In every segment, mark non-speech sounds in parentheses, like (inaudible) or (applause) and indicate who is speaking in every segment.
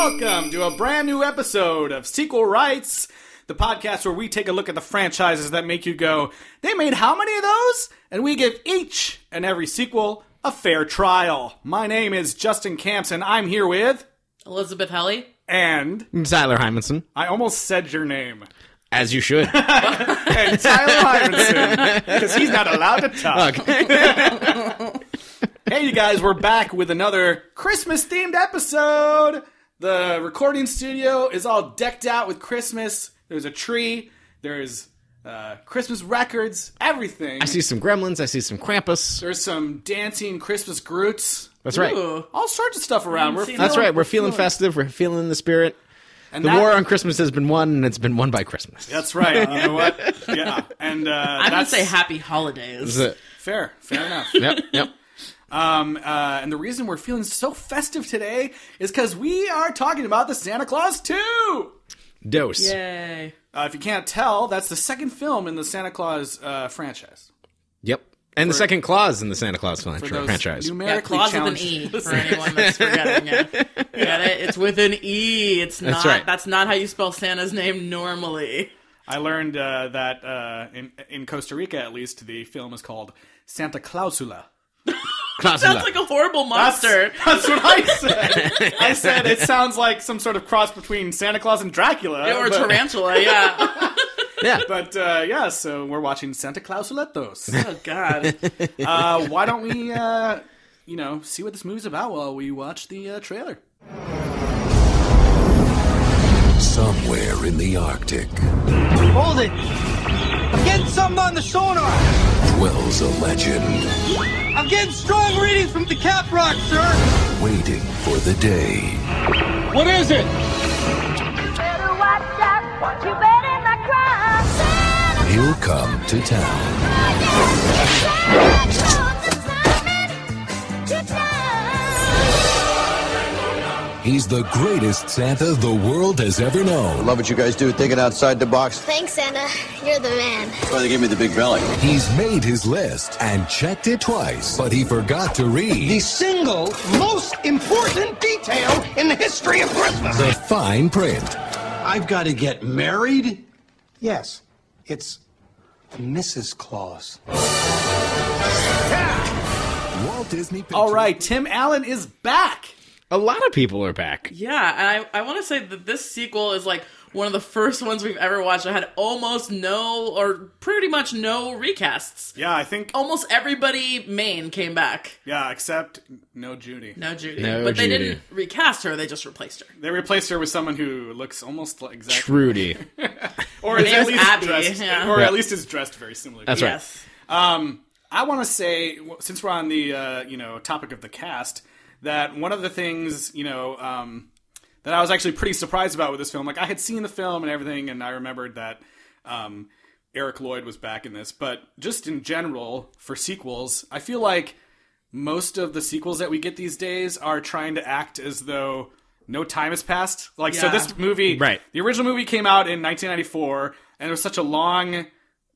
Speaker 1: to a brand new episode of Sequel Rights, the podcast where we take a look at the franchises that make you go, they made how many of those? And we give each and every sequel a fair trial. My name is Justin Camps, and I'm here with,
Speaker 2: Elizabeth Helly.
Speaker 1: and
Speaker 3: Tyler Hymanson,
Speaker 1: I almost said your name,
Speaker 3: as
Speaker 2: (laughs)
Speaker 3: you should.
Speaker 1: and Tyler Hymanson, because he's not allowed to talk. (laughs) Hey, you guys, we're back with another Christmas themed episode. The recording studio is all decked out with Christmas. There's a tree, there's uh, Christmas records, everything.
Speaker 3: I see some gremlins. I see some Krampus.
Speaker 1: There's some dancing Christmas Groots,
Speaker 3: That's right.
Speaker 2: Ooh.
Speaker 1: all sorts of stuff around. We're
Speaker 2: seen
Speaker 1: feeling,
Speaker 3: That's right. We're feeling festive. We're feeling the spirit.
Speaker 1: and
Speaker 3: The
Speaker 1: that-
Speaker 3: war on Christmas has been won, and it's been won by Christmas.
Speaker 1: That's right. You know what? Yeah. And uh,
Speaker 2: I would
Speaker 1: that's
Speaker 2: say happy holidays.
Speaker 3: That's it.
Speaker 1: fair. Fair enough.
Speaker 3: Yep, yep.
Speaker 1: Um, uh, and the reason we're feeling so festive today is because we are talking about the Santa Claus 2.
Speaker 3: Dose.
Speaker 2: Yay.
Speaker 1: Uh, if you can't tell, that's the second film in the Santa Claus uh, franchise.
Speaker 3: Yep. And the second clause in the Santa Claus
Speaker 1: For
Speaker 3: franchise.
Speaker 1: those
Speaker 3: franchise.
Speaker 2: Yeah,
Speaker 1: numerically
Speaker 2: claws with an
Speaker 1: challenged,
Speaker 2: E for anyone that's forgetting it. Get it? It's with an E. It's not
Speaker 3: That's
Speaker 2: that's,
Speaker 3: right.
Speaker 2: not how you spell Santa's name
Speaker 3: (laughs)
Speaker 2: normally.
Speaker 1: I learned uh, that uh, in in Costa Rica, at least, the film is called Santa Clausula.
Speaker 3: Clausula.
Speaker 2: Sounds like a horrible
Speaker 1: That's,
Speaker 2: monster.
Speaker 1: (laughs) that's what I
Speaker 2: (laughs)
Speaker 1: said. I said it sounds like some sort of cross between Santa Claus and Dracula.
Speaker 2: or
Speaker 1: (laughs)
Speaker 2: a
Speaker 1: but,
Speaker 2: tarantula, yeah.
Speaker 3: yeah.
Speaker 1: But uh, yeah, so we're watching Santa Clausuletos.
Speaker 2: Oh god.
Speaker 1: (laughs) Uh, why don't we, uh, you know, see what this movie's about while we watch the uh, trailer?
Speaker 4: Somewhere in the Arctic
Speaker 5: Hold it! I'm getting something on the sonar!
Speaker 4: dwells a legend
Speaker 5: I'm getting strong readings from the cap rock, sir!
Speaker 4: waiting for the day
Speaker 5: What is it?
Speaker 6: better watch out. You better not cry. Santa,
Speaker 4: he'll come to town.
Speaker 6: Claus is coming to town.
Speaker 4: He's the greatest Santa the world has ever known.
Speaker 7: Love what you guys do, thinking outside the box.
Speaker 8: Thanks, Santa. You're the man.
Speaker 7: That's why they gave me the big belly.
Speaker 4: He's made his list and checked it twice, but he forgot to
Speaker 5: The
Speaker 4: read
Speaker 5: single most important detail in the history of Christmas!
Speaker 4: the fine print.
Speaker 9: I've got to get married?
Speaker 5: Yes, it's Mrs. Claus.
Speaker 4: Walt Disney Pictures.
Speaker 1: All right, Tim Allen is back.
Speaker 3: A lot of people are back.
Speaker 2: Yeah, and I, I want to say that this sequel is like one of the first ones we've ever watched. I had almost no, or pretty much no recasts.
Speaker 1: Yeah, I think.
Speaker 2: Almost everybody main came back.
Speaker 1: Yeah, except no Judy.
Speaker 2: No Judy,
Speaker 3: No
Speaker 2: but they
Speaker 3: Judy.
Speaker 2: didn't recast her; they just replaced her.
Speaker 1: They replaced her with someone who looks almost like exactly,
Speaker 2: (laughs)
Speaker 3: Trudy.
Speaker 1: or is
Speaker 2: name
Speaker 1: at
Speaker 2: is
Speaker 1: least
Speaker 2: Abby,
Speaker 1: dressed,
Speaker 2: yeah.
Speaker 1: or
Speaker 3: Yeah.
Speaker 1: at least is dressed very similarly.
Speaker 3: That's right.
Speaker 2: yes,
Speaker 1: Um, I want to say, w- since we're on the uh, you know topic of the cast, that one of the things you know um, that I was actually pretty surprised about with this film, like I had seen the film and everything, and I remembered that um, Eric Lloyd was back in this, but just in general for sequels, I feel like most of the sequels that we get these days are trying to act as though no time has passed. Like so,
Speaker 2: Yeah.
Speaker 1: this movie,
Speaker 3: Right.
Speaker 1: The original movie came out in 1994, and it was such a long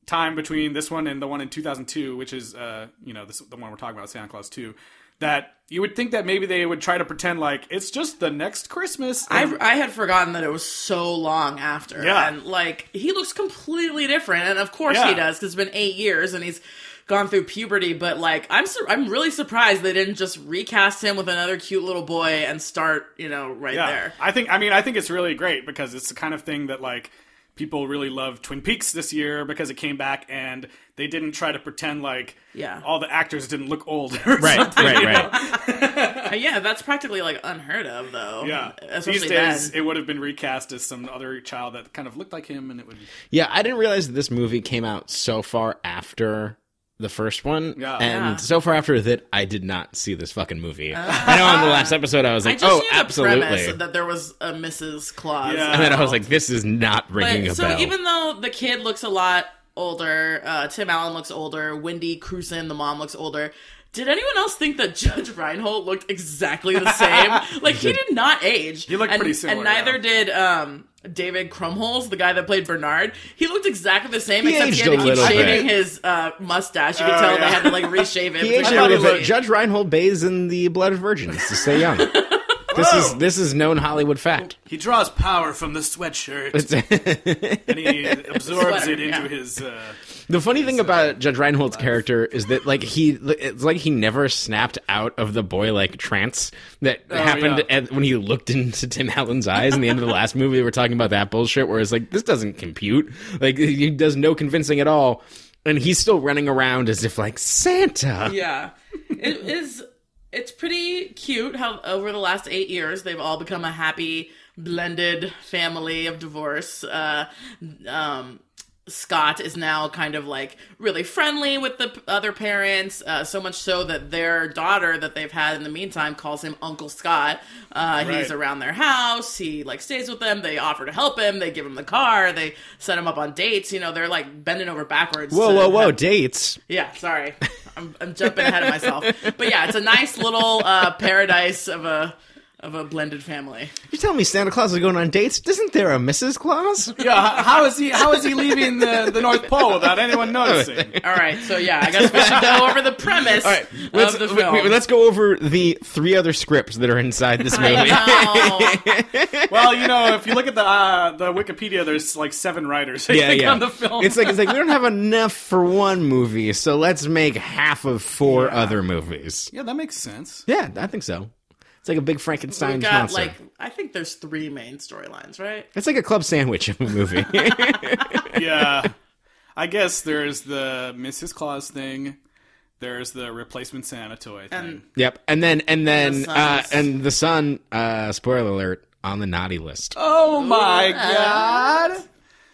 Speaker 1: time between this one and the one in 2002, which is uh, you know this, the one we're talking about, Santa Claus 2, that you would think that maybe they would try to pretend like it's just the next Christmas.
Speaker 2: I, I had forgotten that it was so long after.
Speaker 1: Yeah.
Speaker 2: And, like, he looks completely different. And, of course,
Speaker 1: Yeah.
Speaker 2: he does, because it's been eight years and he's gone through puberty. But, like, I'm, sur- I'm really surprised they didn't just recast him with another cute little boy and start, you know, right
Speaker 1: yeah,
Speaker 2: there.
Speaker 1: I think I mean I think it's really great because it's the kind of thing that like people really love Twin Peaks this year because it came back and they didn't try to pretend like
Speaker 2: Yeah.
Speaker 1: all the actors didn't look old or
Speaker 3: Right,
Speaker 2: (laughs)
Speaker 1: something.
Speaker 3: right, right.
Speaker 2: Uh, yeah, that's practically, like, unheard of, though.
Speaker 1: Yeah,
Speaker 2: Especially
Speaker 1: these days
Speaker 2: then.
Speaker 1: it would have been recast as some other child that kind of looked like him, and it would.
Speaker 3: Yeah, I didn't realize that this movie came out so far after the first one.
Speaker 1: Yeah.
Speaker 3: And
Speaker 2: Yeah. Uh.
Speaker 3: so far after that, I did not see this fucking movie. I know on the last episode, I was
Speaker 2: I
Speaker 3: like,
Speaker 2: just
Speaker 3: oh,
Speaker 2: knew the
Speaker 3: absolutely.
Speaker 2: premise that there was a Mrs. Claus.
Speaker 3: (laughs)
Speaker 1: Yeah.
Speaker 3: And then I was like, this is not ringing
Speaker 2: But,
Speaker 3: a bell.
Speaker 2: So even though the kid looks a lot older, uh, Tim Allen looks older, Wendy Crewson, the mom, looks older. Did anyone else think that (laughs) Judge Reinhold looked exactly the
Speaker 3: (laughs)
Speaker 2: same? like he did not age. He
Speaker 1: looked
Speaker 2: and,
Speaker 1: pretty similar,
Speaker 2: and neither
Speaker 1: yeah.
Speaker 2: did um, David Crumholz, the guy that played Bernard. He looked exactly the same,
Speaker 3: He
Speaker 2: except
Speaker 3: aged
Speaker 2: he had
Speaker 3: a
Speaker 2: to keep
Speaker 3: little
Speaker 2: shaving
Speaker 3: bit.
Speaker 2: his uh, mustache. You could
Speaker 1: Oh,
Speaker 2: tell
Speaker 1: yeah.
Speaker 2: they had to like reshave it.
Speaker 3: He
Speaker 2: because
Speaker 3: aged
Speaker 2: he
Speaker 3: a little
Speaker 2: really (laughs)
Speaker 3: bit. Judge Reinhold bathes in the blood of virgins to stay young. This is
Speaker 1: Whoa.
Speaker 3: this is known Hollywood fact. (laughs)
Speaker 1: He draws power from the sweatshirt and he absorbs
Speaker 2: Sweater,
Speaker 1: it into
Speaker 2: yeah.
Speaker 1: his. Uh,
Speaker 3: The funny thing about Judge Reinhold's character is that like he it's like he never snapped out of the boy like trance that
Speaker 2: Oh,
Speaker 3: happened
Speaker 1: yeah.
Speaker 3: at, when he looked into Tim Allen's eyes in the end of the
Speaker 2: (laughs)
Speaker 3: last movie we were talking about that bullshit where it's like this doesn't compute like he does no convincing at all and he's still running around as if like Santa
Speaker 2: Yeah.
Speaker 3: (laughs)
Speaker 2: It is it's pretty cute how over the last 8 years they've all become a happy blended family of divorce. Uh um Scott is now kind of like really friendly with the p- other parents, uh, so much so that their daughter that they've had in the meantime calls him Uncle Scott. Uh,
Speaker 1: Right.
Speaker 2: He's around their house. He like stays with them. They offer to help him. They give him the car. They set him up on dates. You know, they're like bending over backwards.
Speaker 3: whoa
Speaker 2: to
Speaker 3: whoa whoa
Speaker 2: have-
Speaker 3: dates
Speaker 2: yeah, sorry. I'm, I'm jumping ahead of myself. But yeah, it's a nice little uh, paradise of a of a blended family.
Speaker 3: you tell me Santa Claus is going on dates isn't there a
Speaker 2: (laughs)
Speaker 3: Mrs. Claus
Speaker 1: yeah, h- how is he? How is he leaving the, the North Pole without anyone noticing?
Speaker 2: All right, so yeah, I guess we should go over the premise
Speaker 3: All right, let's,
Speaker 2: of the
Speaker 3: wait,
Speaker 2: film.
Speaker 3: wait, let's go over the three other scripts that are
Speaker 2: (laughs)
Speaker 3: inside this movie. (laughs)
Speaker 2: I know.
Speaker 1: Well, you know, if you look at the uh, the Wikipedia, there's like seven writers. I think, on the film.
Speaker 3: It's like it's like we
Speaker 2: (laughs)
Speaker 3: don't have enough for one movie, so let's make half of four other movies.
Speaker 1: yeah, that makes sense.
Speaker 3: Yeah, I think so. It's like a big Frankenstein
Speaker 2: We've got
Speaker 3: monster.
Speaker 2: like I think there's three main storylines, right?
Speaker 3: it's like a club sandwich of a movie. (laughs)
Speaker 1: Yeah, I guess there's the Mrs. Claus thing. There's the replacement Santa toy thing.
Speaker 3: yep, and then and then
Speaker 2: The
Speaker 3: uh,
Speaker 2: sons.
Speaker 3: and the son. Uh, spoiler alert on the naughty list.
Speaker 1: oh my god!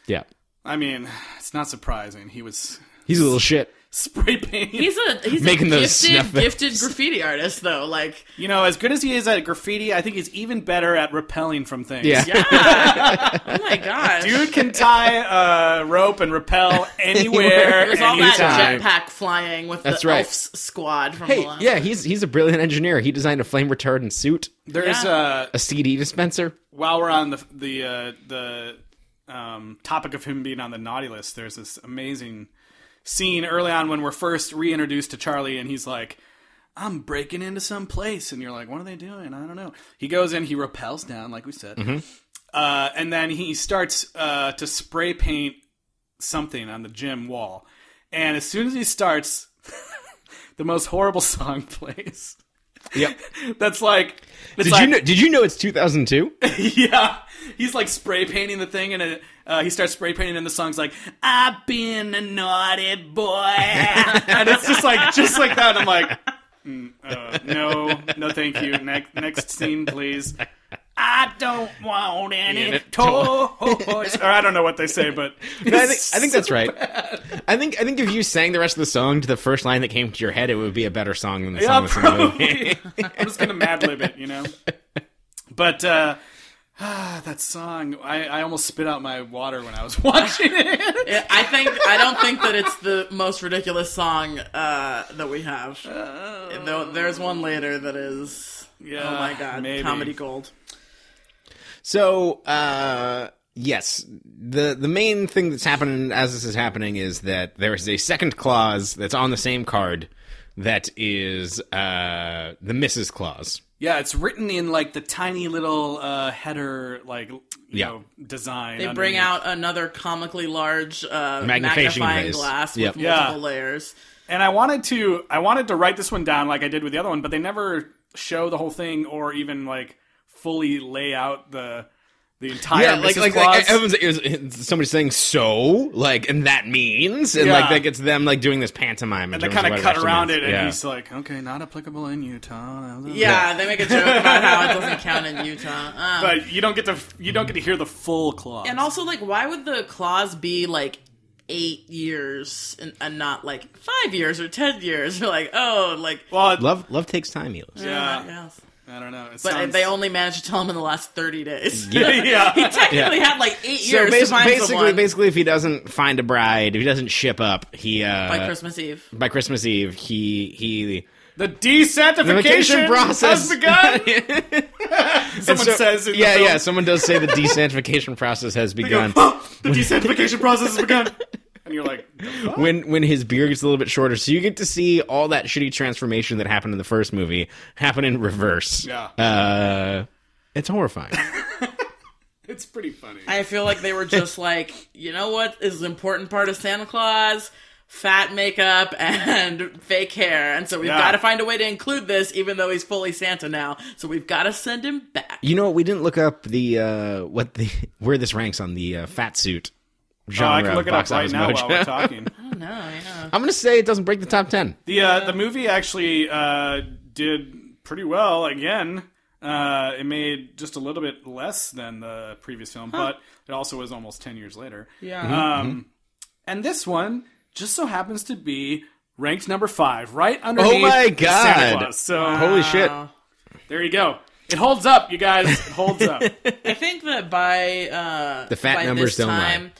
Speaker 3: Yeah,
Speaker 1: I mean, it's not surprising. He was (laughs)
Speaker 3: he's a little shit.
Speaker 1: spray painting.
Speaker 2: He's a he's
Speaker 3: Making
Speaker 2: a
Speaker 3: those
Speaker 2: gifted
Speaker 3: snuff films.
Speaker 2: gifted graffiti artist though. Like
Speaker 1: You know, as good as he is at graffiti, I think he's even better at repelling from things.
Speaker 3: Yeah.
Speaker 2: yeah, (laughs) oh my gosh,
Speaker 1: Dude can tie a rope and (laughs) repel anywhere.
Speaker 2: There's all
Speaker 1: anytime.
Speaker 2: that jetpack flying with
Speaker 3: That's
Speaker 2: the
Speaker 3: right.
Speaker 2: elfs squad from
Speaker 3: (laughs) Hey,
Speaker 2: the last-
Speaker 3: yeah, he's he's a brilliant engineer. He designed a flame retardant suit,
Speaker 1: There's
Speaker 2: Yeah.
Speaker 1: uh,
Speaker 3: a CD dispenser.
Speaker 1: while we're on the the uh, the um, topic of him being on the naughty list, there's this amazing scene early on when we're first reintroduced to Charlie, and he's like, "I'm breaking into some place," and you're like, "What are they doing? I don't know." He goes in, he repels down, like we said,
Speaker 3: Mm-hmm.
Speaker 1: uh, and then he starts uh, to spray paint something on the gym wall, and as soon as he starts. (laughs) The most horrible (laughs) song plays.
Speaker 3: Yep.
Speaker 1: That's like. It's
Speaker 3: Did you
Speaker 1: like-
Speaker 3: know? Did you know it's 2002?
Speaker 1: (laughs) yeah, he's like spray painting the thing, and it, uh, he starts spray painting, and the song's like, "I've been a naughty boy," (laughs) and it's just like, just like that. I'm like, mm, uh, no, no, thank you. Next, next scene, please. I don't want any toys, or I don't know what they say, but
Speaker 3: No, I think, I think that's right. I think I think if you sang the rest of the song to the first line that came to your head, it would be a better song than the song
Speaker 1: yeah,
Speaker 3: that's in the movie.
Speaker 1: probably. I'm just gonna Mad Lib it, you know. But uh, (sighs) ah, that song, I, I almost spit out my water when I was watching it.
Speaker 2: I think I don't think that it's the most ridiculous song uh, that we have. Though there's one later that is.
Speaker 1: Yeah,
Speaker 2: oh my god,
Speaker 1: Uh, maybe.
Speaker 2: comedy gold.
Speaker 3: So uh, yes, the the main thing that's happening as this is happening is that there is a second clause that's on the same card that is uh, the Mrs. clause.
Speaker 1: Yeah, it's written in like the tiny little uh, header, like you
Speaker 3: Yeah.
Speaker 1: know, design.
Speaker 2: They bring
Speaker 1: underneath.
Speaker 2: out another comically large uh,
Speaker 3: Magnifying
Speaker 2: magnifying,
Speaker 3: glass.
Speaker 2: glass
Speaker 3: Yep.
Speaker 2: with
Speaker 1: Yeah.
Speaker 2: multiple layers.
Speaker 1: and I wanted to, I wanted to write this one down like I did with the other one, but they never show the whole thing or even like fully lay out the the entire
Speaker 3: yeah, like
Speaker 1: Mrs.
Speaker 3: like,
Speaker 1: Claus.
Speaker 3: like everyone's it was, it's somebody saying so like and that means and
Speaker 1: Yeah.
Speaker 3: like that gets them like doing this pantomime
Speaker 1: and
Speaker 3: and
Speaker 1: they kind of cut around it, and he's like, "Okay, not applicable in Utah."
Speaker 2: Yeah, they make a joke about how it doesn't count in Utah. Um,
Speaker 1: but you don't get to you don't get to hear the full clause.
Speaker 2: and also, like, why would the clause be like eight years and, and not like five years or ten years? (laughs) You're like, oh, like, uh,
Speaker 1: well, uh, it-
Speaker 3: love love takes time, Elis.
Speaker 1: yeah,
Speaker 2: yes.
Speaker 1: I don't know. It
Speaker 2: But
Speaker 1: sounds-
Speaker 2: they only managed to tell him in the last thirty days.
Speaker 1: yeah.
Speaker 2: (laughs) he technically
Speaker 3: Yeah.
Speaker 2: had like eight
Speaker 3: So
Speaker 2: years
Speaker 3: basi-
Speaker 2: to find
Speaker 3: basically,
Speaker 2: someone
Speaker 3: basically, if he doesn't find a bride, if he doesn't ship up, he uh,
Speaker 2: by Christmas Eve.
Speaker 3: by Christmas Eve, he he.
Speaker 1: the desantification
Speaker 3: vacation
Speaker 1: has
Speaker 3: process. (laughs)
Speaker 1: begun.
Speaker 10: (laughs)
Speaker 1: Someone
Speaker 3: So-
Speaker 1: says, in the
Speaker 3: yeah,
Speaker 1: film,
Speaker 3: yeah. Someone does say the desantification process has
Speaker 1: They go,
Speaker 3: begun.
Speaker 1: "Oh, the desantification process has begun.
Speaker 10: and you're like, the fuck?
Speaker 3: when when his beard gets a little bit shorter. So you get to see all that shitty transformation that happened in the first movie happen in reverse.
Speaker 10: Yeah.
Speaker 3: Uh, it's horrifying.
Speaker 10: it's pretty funny.
Speaker 2: I feel like they were just like, you know what is an important part of Santa Claus? Fat makeup and fake hair. And so we've
Speaker 10: Yeah.
Speaker 2: got to find a way to include this, even though he's fully Santa now. So we've got to send him back.
Speaker 3: you know what? We didn't look up the uh, what the (laughs) where this ranks on the uh, fat suit
Speaker 10: Oh,
Speaker 3: genre.
Speaker 10: I can
Speaker 3: of
Speaker 10: look it up
Speaker 3: box
Speaker 10: right
Speaker 3: office
Speaker 10: now while
Speaker 3: mojo.
Speaker 10: we're talking.
Speaker 2: No, yeah.
Speaker 3: (laughs) I'm gonna say it doesn't break the top ten.
Speaker 10: The uh, the movie actually uh, did pretty well again. Uh, it made just a little bit less than the previous film, but it also was almost ten years later.
Speaker 2: Yeah.
Speaker 1: Uh,
Speaker 10: Um,
Speaker 3: Mm-hmm.
Speaker 10: and this one just so happens to be ranked number five, right underneath.
Speaker 3: Oh my
Speaker 10: Santa
Speaker 3: God.
Speaker 10: Claus. So
Speaker 3: Holy shit!
Speaker 10: there you go. It holds up, you guys. It
Speaker 3: (laughs)
Speaker 10: holds up.
Speaker 2: I think that by uh,
Speaker 3: The fat
Speaker 2: by
Speaker 3: numbers
Speaker 2: this
Speaker 3: don't lie.
Speaker 2: time,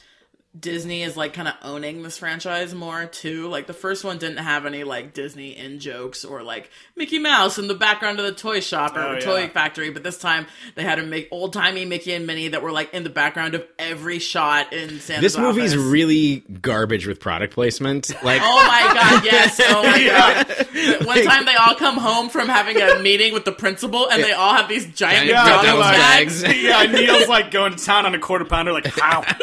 Speaker 2: Disney is like kind of owning this franchise more too. Like the first one didn't have any like Disney in jokes or like Mickey Mouse in the background of the toy shop or
Speaker 10: Oh, yeah.
Speaker 2: toy factory, but this time they had to make old timey Mickey and Minnie that were like in the background of every shot in Santa's
Speaker 3: This movie's
Speaker 2: office.
Speaker 3: really garbage with product
Speaker 2: (laughs)
Speaker 3: placement. Like,
Speaker 2: Oh my god, yes. Oh
Speaker 3: (laughs)
Speaker 2: my
Speaker 10: Uh,
Speaker 2: god. One time they all come home from having a meeting with the principal and they all have these giant
Speaker 3: Yeah,
Speaker 2: McDonald's
Speaker 3: McDonald's
Speaker 2: bags.
Speaker 3: bags.
Speaker 10: yeah, Neil's like going to town on a quarter pounder, like how? (laughs)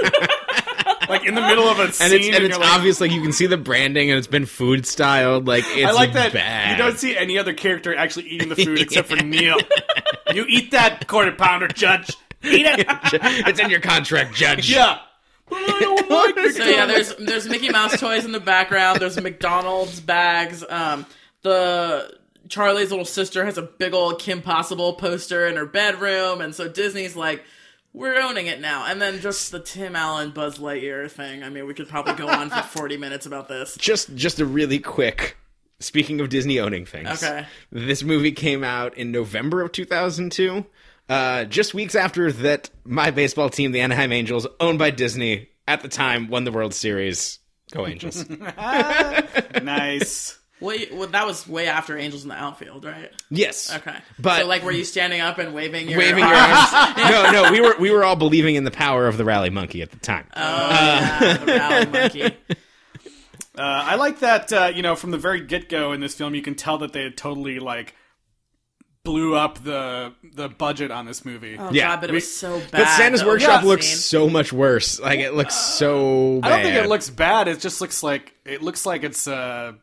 Speaker 10: like in the middle of a scene,
Speaker 3: and it's and
Speaker 10: and
Speaker 3: it's
Speaker 10: you're like,
Speaker 3: obvious. Like you can see the branding, and it's been food styled. Like it's
Speaker 10: I like that
Speaker 3: bad.
Speaker 10: you don't see any other character actually eating the food except for Neil. You eat that quarter pounder, Judge.
Speaker 3: (laughs)
Speaker 10: Eat it.
Speaker 3: (laughs) it's in your contract, Judge.
Speaker 10: Yeah. But I
Speaker 3: (laughs)
Speaker 10: don't like this.
Speaker 2: So yeah, there's there's Mickey Mouse toys in the background. There's McDonald's bags. Um, the Charlie's little sister has a big old Kim Possible poster in her bedroom, and so Disney's like, we're owning it now. And then just the Tim Allen Buzz Lightyear thing. I mean, we could probably go
Speaker 3: (laughs)
Speaker 2: on for 40 minutes about this.
Speaker 3: Just just a really quick. Speaking of Disney owning things,
Speaker 2: Okay.
Speaker 3: this movie came out in November of 2002, uh, just weeks after that. My baseball team, the Anaheim Angels, owned by Disney at the time, won the World Series. Go
Speaker 2: (laughs)
Speaker 3: Angels!
Speaker 10: nice.
Speaker 2: Wait, well, that was way after Angels in the Outfield, right?
Speaker 3: yes.
Speaker 2: Okay,
Speaker 3: But-
Speaker 2: so, like, were you standing up and waving your (laughs)
Speaker 3: waving your arms. (laughs) no, no, we were we were all believing in the power of the rally monkey at the time.
Speaker 2: Oh, Yeah, the rally monkey?
Speaker 10: Uh, I like that. Uh, you know, from the very get go in this film, you can tell that they had totally like blew up the the budget on this movie.
Speaker 2: Oh
Speaker 3: (laughs) Yeah,
Speaker 2: god, but it
Speaker 10: we-
Speaker 2: was so bad.
Speaker 3: but Santa's
Speaker 2: though.
Speaker 3: workshop
Speaker 2: Yeah.
Speaker 3: looks
Speaker 2: Scene.
Speaker 3: so much worse. Like it looks so
Speaker 10: I
Speaker 3: bad.
Speaker 10: don't think it looks bad. It just looks like it looks like it's. Uh,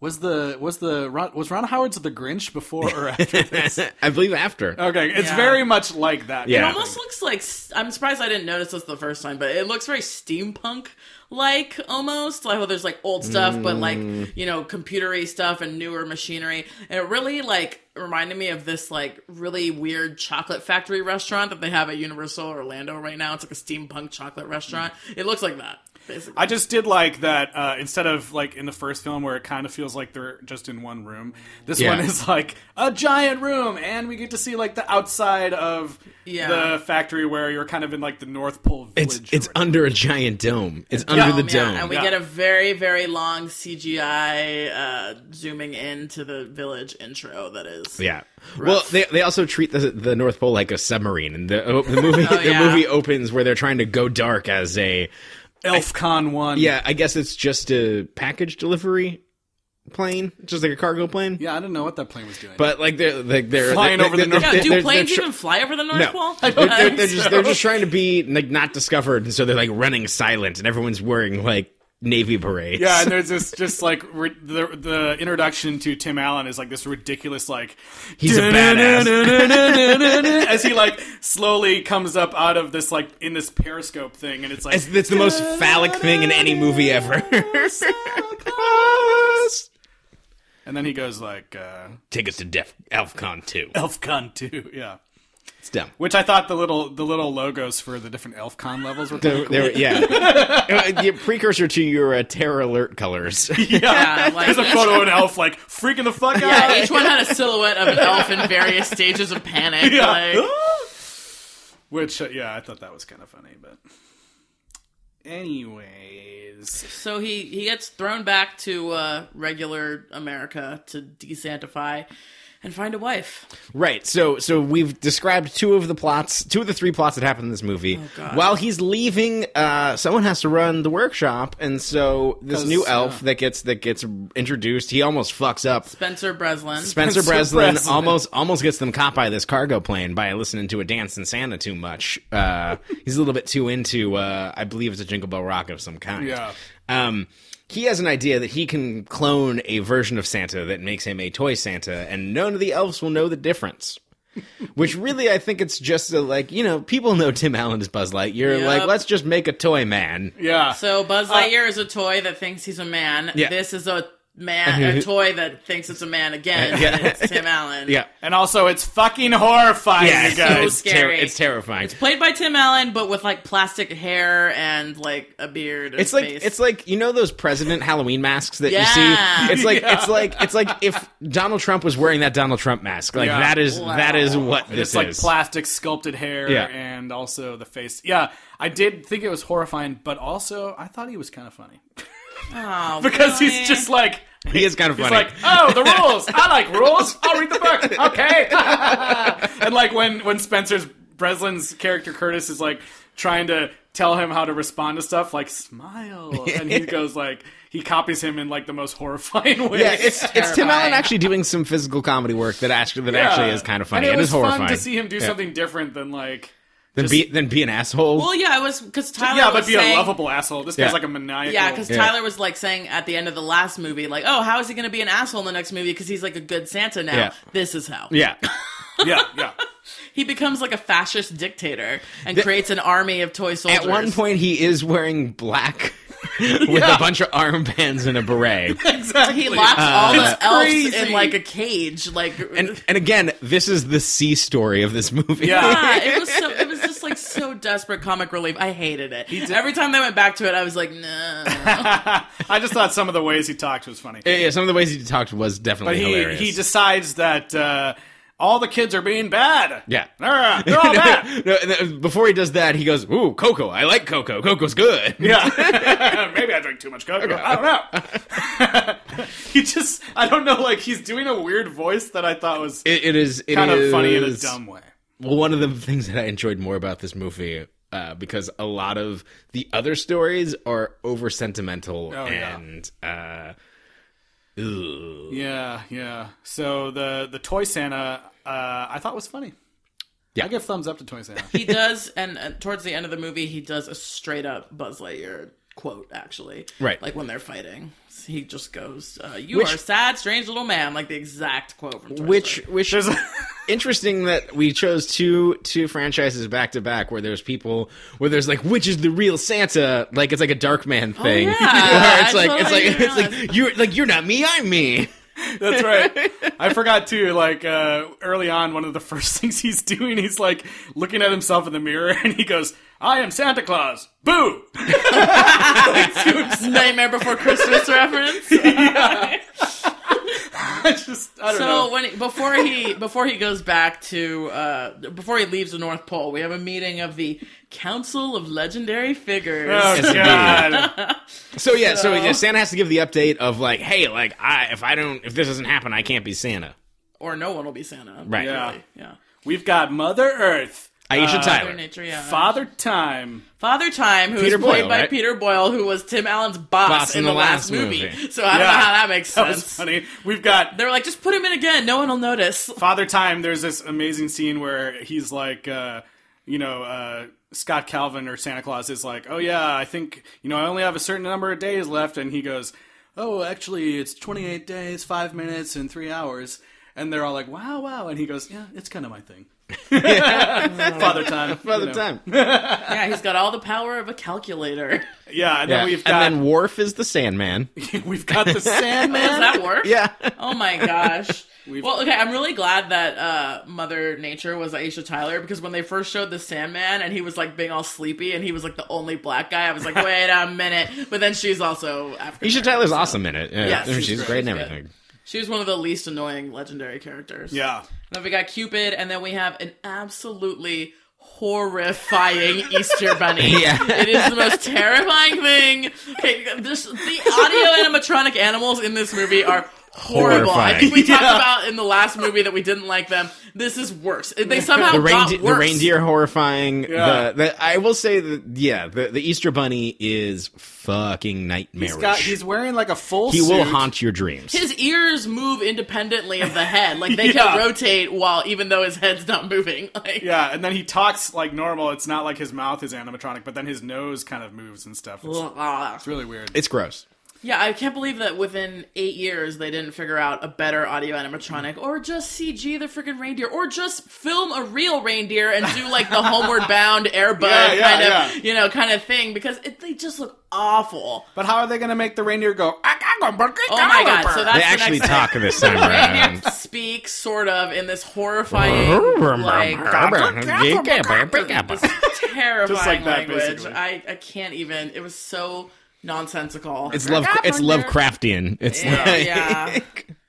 Speaker 10: was the was the Ron, was Ron Howard's The Grinch before
Speaker 3: (laughs)
Speaker 10: or after this?
Speaker 3: I believe after.
Speaker 10: Okay, it's
Speaker 2: Yeah.
Speaker 10: very much like that.
Speaker 3: Yeah.
Speaker 2: It almost looks like I'm surprised I didn't notice this the first time, but it looks very steampunk like almost like well there's like old stuff
Speaker 3: Mm.
Speaker 2: but like you know computery stuff and newer machinery and it really like reminded me of this like really weird chocolate factory restaurant that they have at universal orlando right now it's like a steampunk chocolate restaurant it looks like that basically
Speaker 10: I just did like that uh, instead of like in the first film where it kind of feels like they're just in one room. This
Speaker 3: Yeah.
Speaker 10: one is like a giant room, and we get to see like the outside of
Speaker 2: Yeah.
Speaker 10: the factory where you're kind of in like the North Pole
Speaker 3: It's
Speaker 10: village. or
Speaker 3: it's
Speaker 10: whatever.
Speaker 3: under a giant dome. It's under the
Speaker 2: Yeah, Oh,
Speaker 3: dome.
Speaker 2: and we
Speaker 10: Yeah.
Speaker 2: get a very, very long CGI uh, zooming into the village intro that is.
Speaker 3: yeah. Well, they they also treat the the North Pole like a submarine, and the the
Speaker 10: (laughs)
Speaker 3: movie
Speaker 10: Oh,
Speaker 3: the
Speaker 2: yeah.
Speaker 3: movie opens where they're trying to go dark as a
Speaker 10: Elfcon one.
Speaker 3: yeah. I guess it's just a package delivery plane, just like a cargo plane.
Speaker 10: yeah. I don't know what that plane was doing.
Speaker 3: But like they're like they're
Speaker 10: Flying
Speaker 3: they're-
Speaker 10: over the
Speaker 3: they're-
Speaker 10: North
Speaker 2: Yeah,
Speaker 3: they're-
Speaker 2: do
Speaker 3: they're-
Speaker 2: planes
Speaker 3: they're tr-
Speaker 2: even fly over the North Pole?
Speaker 3: No,
Speaker 2: I
Speaker 3: they're,
Speaker 2: don't
Speaker 3: they're-
Speaker 2: think (laughs)
Speaker 3: they're just
Speaker 2: so.
Speaker 3: they're just trying to be like not discovered, and so they're like running silent, and everyone's wearing like navy berets.
Speaker 10: yeah, (laughs) and there's this just like re- the the introduction to Tim Allen is like this ridiculous like
Speaker 3: He's a badass.
Speaker 10: (laughs) as he like slowly comes up out of this like in this periscope thing, and it's like
Speaker 3: it's, it's the most phallic thing in any movie (laughs) ever.
Speaker 10: and then he goes like. uh
Speaker 3: Take us to Def Elfcon two.
Speaker 10: Elfcon too, yeah.
Speaker 3: It's dumb.
Speaker 10: Which I thought the little the little logos for the different Elfcon levels were
Speaker 3: There-
Speaker 10: pretty
Speaker 3: there-
Speaker 10: cool.
Speaker 3: (laughs) yeah, Uh, your precursor to your uh, terror alert colors.
Speaker 10: Yeah,
Speaker 2: Yeah, like-
Speaker 10: there's a photo of an elf like freaking the (laughs) fuck out.
Speaker 2: Yeah, (laughs) each one had a silhouette of an elf in various stages of panic.
Speaker 10: Yeah.
Speaker 2: Like,
Speaker 10: Which uh, yeah, I thought that was kind of funny, but anyways,
Speaker 2: so he he gets thrown back to uh, regular America to desantify, and find a wife.
Speaker 3: (laughs) Right. So so we've described two of the plots, two of the three plots that happen in this movie.
Speaker 2: God.
Speaker 3: While he's leaving, uh, someone has to run the workshop, and so this
Speaker 10: 'Cause,
Speaker 3: new elf that gets that gets introduced, he almost fucks up.
Speaker 2: Spencer Breslin.
Speaker 3: Spencer,
Speaker 10: Spencer
Speaker 3: Breslin,
Speaker 10: Breslin.
Speaker 3: almost almost gets them caught by this cargo plane by listening to a dance in Santa too much. Uh, he's a little bit too into, uh, I believe it's a Jingle Bell Rock of some kind.
Speaker 10: Yeah.
Speaker 3: Um, he has an idea that he can clone a version of Santa that makes him a toy Santa, and none of the elves will know the difference. Which really, I think it's just a, like you know, people know Tim Allen is Buzz Lightyear.
Speaker 2: Yep.
Speaker 3: Like, let's just make a toy man.
Speaker 10: Yeah.
Speaker 2: so Buzz Lightyear is a toy that thinks he's a man.
Speaker 3: Yeah.
Speaker 2: This is a man, a toy that thinks it's a man again.
Speaker 3: Yeah.
Speaker 2: and it's Tim Allen.
Speaker 3: Yeah,
Speaker 10: and also, it's fucking horrifying, you
Speaker 3: yeah,
Speaker 10: guys.
Speaker 3: it's, ter-
Speaker 2: scary.
Speaker 3: it's terrifying.
Speaker 2: Played by Tim Allen, but with like plastic hair and like a beard. and
Speaker 3: It's like
Speaker 2: face.
Speaker 3: it's like you know those president Halloween masks that
Speaker 2: Yeah.
Speaker 3: you see. It's like
Speaker 10: (laughs) Yeah.
Speaker 3: it's like it's like if Donald Trump was wearing that Donald Trump mask. Like
Speaker 10: Yeah.
Speaker 3: that is that is what
Speaker 10: It's
Speaker 3: (laughs) this
Speaker 10: like
Speaker 3: is.
Speaker 10: plastic sculpted hair
Speaker 3: Yeah.
Speaker 10: and also the face. Yeah, I did think it was horrifying, but also I thought he was kind of funny (laughs)
Speaker 2: Oh,
Speaker 10: because
Speaker 2: really?
Speaker 10: he's just like
Speaker 3: he is kind of
Speaker 10: he's
Speaker 3: funny.
Speaker 10: like, oh, the rules. I like rules. I'll read the book. Okay. (laughs) and like when when Spencer's Breslin's character Curtis is like trying to tell him how to respond to stuff,
Speaker 3: (laughs)
Speaker 10: like smile, and he goes like he copies him in like the most horrifying way.
Speaker 3: yeah, it's it's Tim
Speaker 2: terrifying.
Speaker 3: Allen actually doing some physical comedy work that actually that actually is kind of funny.
Speaker 10: And it,
Speaker 3: it
Speaker 10: was
Speaker 3: is horrifying
Speaker 10: fun to see him do
Speaker 3: Yeah.
Speaker 10: something different than like.
Speaker 3: Then be then be an asshole.
Speaker 2: Well, yeah, it was because Tyler.
Speaker 10: Yeah,
Speaker 2: was
Speaker 10: but be
Speaker 2: saying-
Speaker 10: a lovable asshole. This
Speaker 3: Yeah.
Speaker 10: guy's like a maniacal.
Speaker 2: Yeah, because
Speaker 3: Yeah.
Speaker 2: Tyler was like saying at the end of the last movie, like, "Oh, how is he going to be an asshole in the next movie? Because he's like a good Santa now.
Speaker 3: Yeah.
Speaker 2: This is how (laughs)
Speaker 3: yeah.
Speaker 10: (laughs) yeah, yeah.
Speaker 2: he becomes like a fascist dictator and creates an army of toy soldiers.
Speaker 3: At
Speaker 2: (laughs)
Speaker 3: one point, he is wearing black
Speaker 10: (laughs)
Speaker 3: with a bunch of armbands and a beret.
Speaker 10: Exactly.
Speaker 2: he
Speaker 3: Uh,
Speaker 2: locks all the elves
Speaker 10: crazy.
Speaker 2: in like a cage. Like,
Speaker 3: and and again, this is the C story of this movie.
Speaker 10: Yeah.
Speaker 2: (laughs) yeah, it was so. It was just like so desperate comic relief. I hated it. Every time they went back to it, I was like, "No."
Speaker 10: (laughs) I just thought some of the ways he talked was funny.
Speaker 3: (laughs) Yeah, yeah, some of the ways he talked was definitely
Speaker 10: But he,
Speaker 3: hilarious.
Speaker 10: he decides that uh, all the kids are being bad.
Speaker 3: Yeah.
Speaker 10: Ah, they're (laughs) all bad.
Speaker 3: (laughs) no, and then before he does that, he goes, "Ooh, cocoa! I like cocoa. Cocoa's good."
Speaker 10: Yeah. (laughs) Maybe I drink too much cocoa. I don't (laughs) know. he just, I don't know, like, he's (laughs) doing a weird voice that I thought was
Speaker 3: It, it is it
Speaker 10: kind of funny in a
Speaker 3: is-
Speaker 10: dumb way.
Speaker 3: Well, one of the things that I enjoyed more about this movie, uh, because a lot of the other stories are over sentimental
Speaker 10: Oh, yeah.
Speaker 3: and uh, ooh.
Speaker 10: Yeah, yeah. So the, the Toy Santa, uh, I thought was funny.
Speaker 3: Yeah.
Speaker 10: (laughs) I give thumbs up to Toy Santa.
Speaker 2: he does, and uh, towards the end of the movie, he does a straight up Buzz Lightyear quote. Actually,
Speaker 3: Right.
Speaker 2: like when they're fighting, he just goes, uh, "You
Speaker 3: Which-
Speaker 2: are a sad, strange little man." Like the exact quote from Toy
Speaker 3: which
Speaker 2: Story.
Speaker 3: which
Speaker 10: There's
Speaker 3: is
Speaker 10: a-
Speaker 3: interesting that we chose two two franchises back to back where there's people where there's like which is the real Santa like it's like a dark man
Speaker 10: Oh,
Speaker 3: thing
Speaker 2: yeah.
Speaker 3: (laughs) where it's
Speaker 2: I
Speaker 3: like
Speaker 2: totally
Speaker 3: it's
Speaker 2: didn't
Speaker 3: like it's like
Speaker 2: realize.
Speaker 3: you're like you're not me I'm me
Speaker 10: That's right. I forgot too. Like uh, early on, one of the first (laughs) things he's doing, he's like looking at himself in the mirror, and he goes, "I am (laughs) Santa Claus." Boo! (laughs)
Speaker 2: Nightmare Before Christmas reference.
Speaker 10: I just I don't
Speaker 2: So
Speaker 10: know.
Speaker 2: when he- before he before he goes back to uh, before he leaves the North Pole, we have a meeting of the Council of Legendary Figures.
Speaker 10: Oh
Speaker 3: It's
Speaker 10: god!
Speaker 3: so yeah so, yeah, Santa has to give the update of like hey like I if I don't if this doesn't happen I can't be Santa
Speaker 2: Or no one will be Santa.
Speaker 3: right
Speaker 10: Yeah.
Speaker 2: Really. Yeah.
Speaker 10: We've got Mother Earth,
Speaker 3: Aisha
Speaker 2: Mother
Speaker 3: Tyler
Speaker 2: Uh, Nature, yeah.
Speaker 10: Father Time.
Speaker 2: Father Time, who is
Speaker 3: Peter
Speaker 2: played
Speaker 3: Boyle,
Speaker 2: by
Speaker 3: right?
Speaker 2: Peter Boyle, who was Tim Allen's boss, in, the, last, movie.
Speaker 3: movie.
Speaker 2: So I don't know
Speaker 10: Yeah.
Speaker 2: how that makes
Speaker 10: (laughs) That was
Speaker 2: sense.
Speaker 10: funny. We've got
Speaker 2: They were like, just put him in again. No one will notice.
Speaker 10: Father Time. There's this amazing scene where he's like, uh, you know. Uh, Scott Calvin or Santa Claus is like, oh yeah, I think you know I only have a certain number of days left, and he goes, oh actually it's 28 days, five minutes, and three hours, and they're all like, wow, wow, and he goes, yeah, it's kind of
Speaker 3: (laughs)
Speaker 10: my thing. Father time,
Speaker 3: Father
Speaker 10: you
Speaker 2: (laughs)
Speaker 10: know.
Speaker 3: Time
Speaker 2: Yeah, he's got all the power of a calculator. (laughs)
Speaker 10: yeah, and
Speaker 3: yeah
Speaker 10: then we've
Speaker 3: and then
Speaker 10: got
Speaker 3: Worf is the Sandman
Speaker 10: (laughs) we've got the
Speaker 2: Does
Speaker 3: (laughs)
Speaker 10: Sandman.
Speaker 2: that work?
Speaker 3: yeah
Speaker 2: Oh my gosh. well, okay, I'm really glad that uh, Mother Nature was Aisha Tyler because when they first showed the Sandman and he was like being all sleepy and he was like the only black guy, I was like, wait a minute. But then she's also African.
Speaker 3: Aisha Tyler's awesome in it yeah
Speaker 2: Yes,
Speaker 3: I mean,
Speaker 2: she's
Speaker 3: she's
Speaker 2: great.
Speaker 3: great in
Speaker 2: She's good.
Speaker 3: everything.
Speaker 2: She was one of the least annoying legendary characters.
Speaker 10: yeah,
Speaker 2: Then we got Cupid, and then we have an absolutely
Speaker 3: (laughs)
Speaker 2: horrifying Easter Bunny.
Speaker 3: Yeah.
Speaker 2: It is the most terrifying thing. Okay, this, the audio animatronic animals in this movie are horrible. I think we
Speaker 3: Horrifying.
Speaker 2: talked about in the last movie that we didn't like them. This is worse. They somehow
Speaker 3: the,
Speaker 2: got
Speaker 3: reindeer, the
Speaker 2: Oh, worse.
Speaker 3: reindeer horrifying.
Speaker 10: Yeah.
Speaker 3: The, the, I will say that yeah, the, the Easter Bunny is fucking nightmarish.
Speaker 10: He's got. He's wearing like a full.
Speaker 3: he will
Speaker 10: suit.
Speaker 3: haunt your dreams.
Speaker 2: His ears move independently of the head. Like
Speaker 3: (laughs)
Speaker 2: they
Speaker 10: Yeah.
Speaker 2: can rotate while even though his head's not moving. Like
Speaker 10: Yeah, and then he talks like normal. It's not like his mouth is animatronic, but then his nose kind of moves and stuff.
Speaker 2: (laughs)
Speaker 10: It's,
Speaker 2: Ugh.
Speaker 10: it's really weird.
Speaker 3: it's gross.
Speaker 2: Yeah, I can't believe that within eight years they didn't figure out a better audio animatronic or just CG the freaking reindeer or just film a real reindeer and do like
Speaker 10: (laughs)
Speaker 2: the homeward bound airbud
Speaker 10: Yeah, yeah,
Speaker 2: kind of
Speaker 10: yeah.
Speaker 2: you know kind of thing because it, they just look awful.
Speaker 10: But how are they going to make the reindeer go?
Speaker 2: Oh my god! So that's
Speaker 3: They
Speaker 2: the
Speaker 3: actually
Speaker 2: next
Speaker 3: talk
Speaker 2: Thing. (laughs)
Speaker 3: this time
Speaker 2: Reindeer
Speaker 3: around.
Speaker 2: speak sort of in this horrifying
Speaker 3: (laughs)
Speaker 2: like this terrifying
Speaker 10: Just like that,
Speaker 2: language.
Speaker 10: basically.
Speaker 2: I I can't even. It was so nonsensical.
Speaker 3: It's love. It's Lovecraftian. It's
Speaker 2: (laughs)
Speaker 3: like,
Speaker 2: yeah.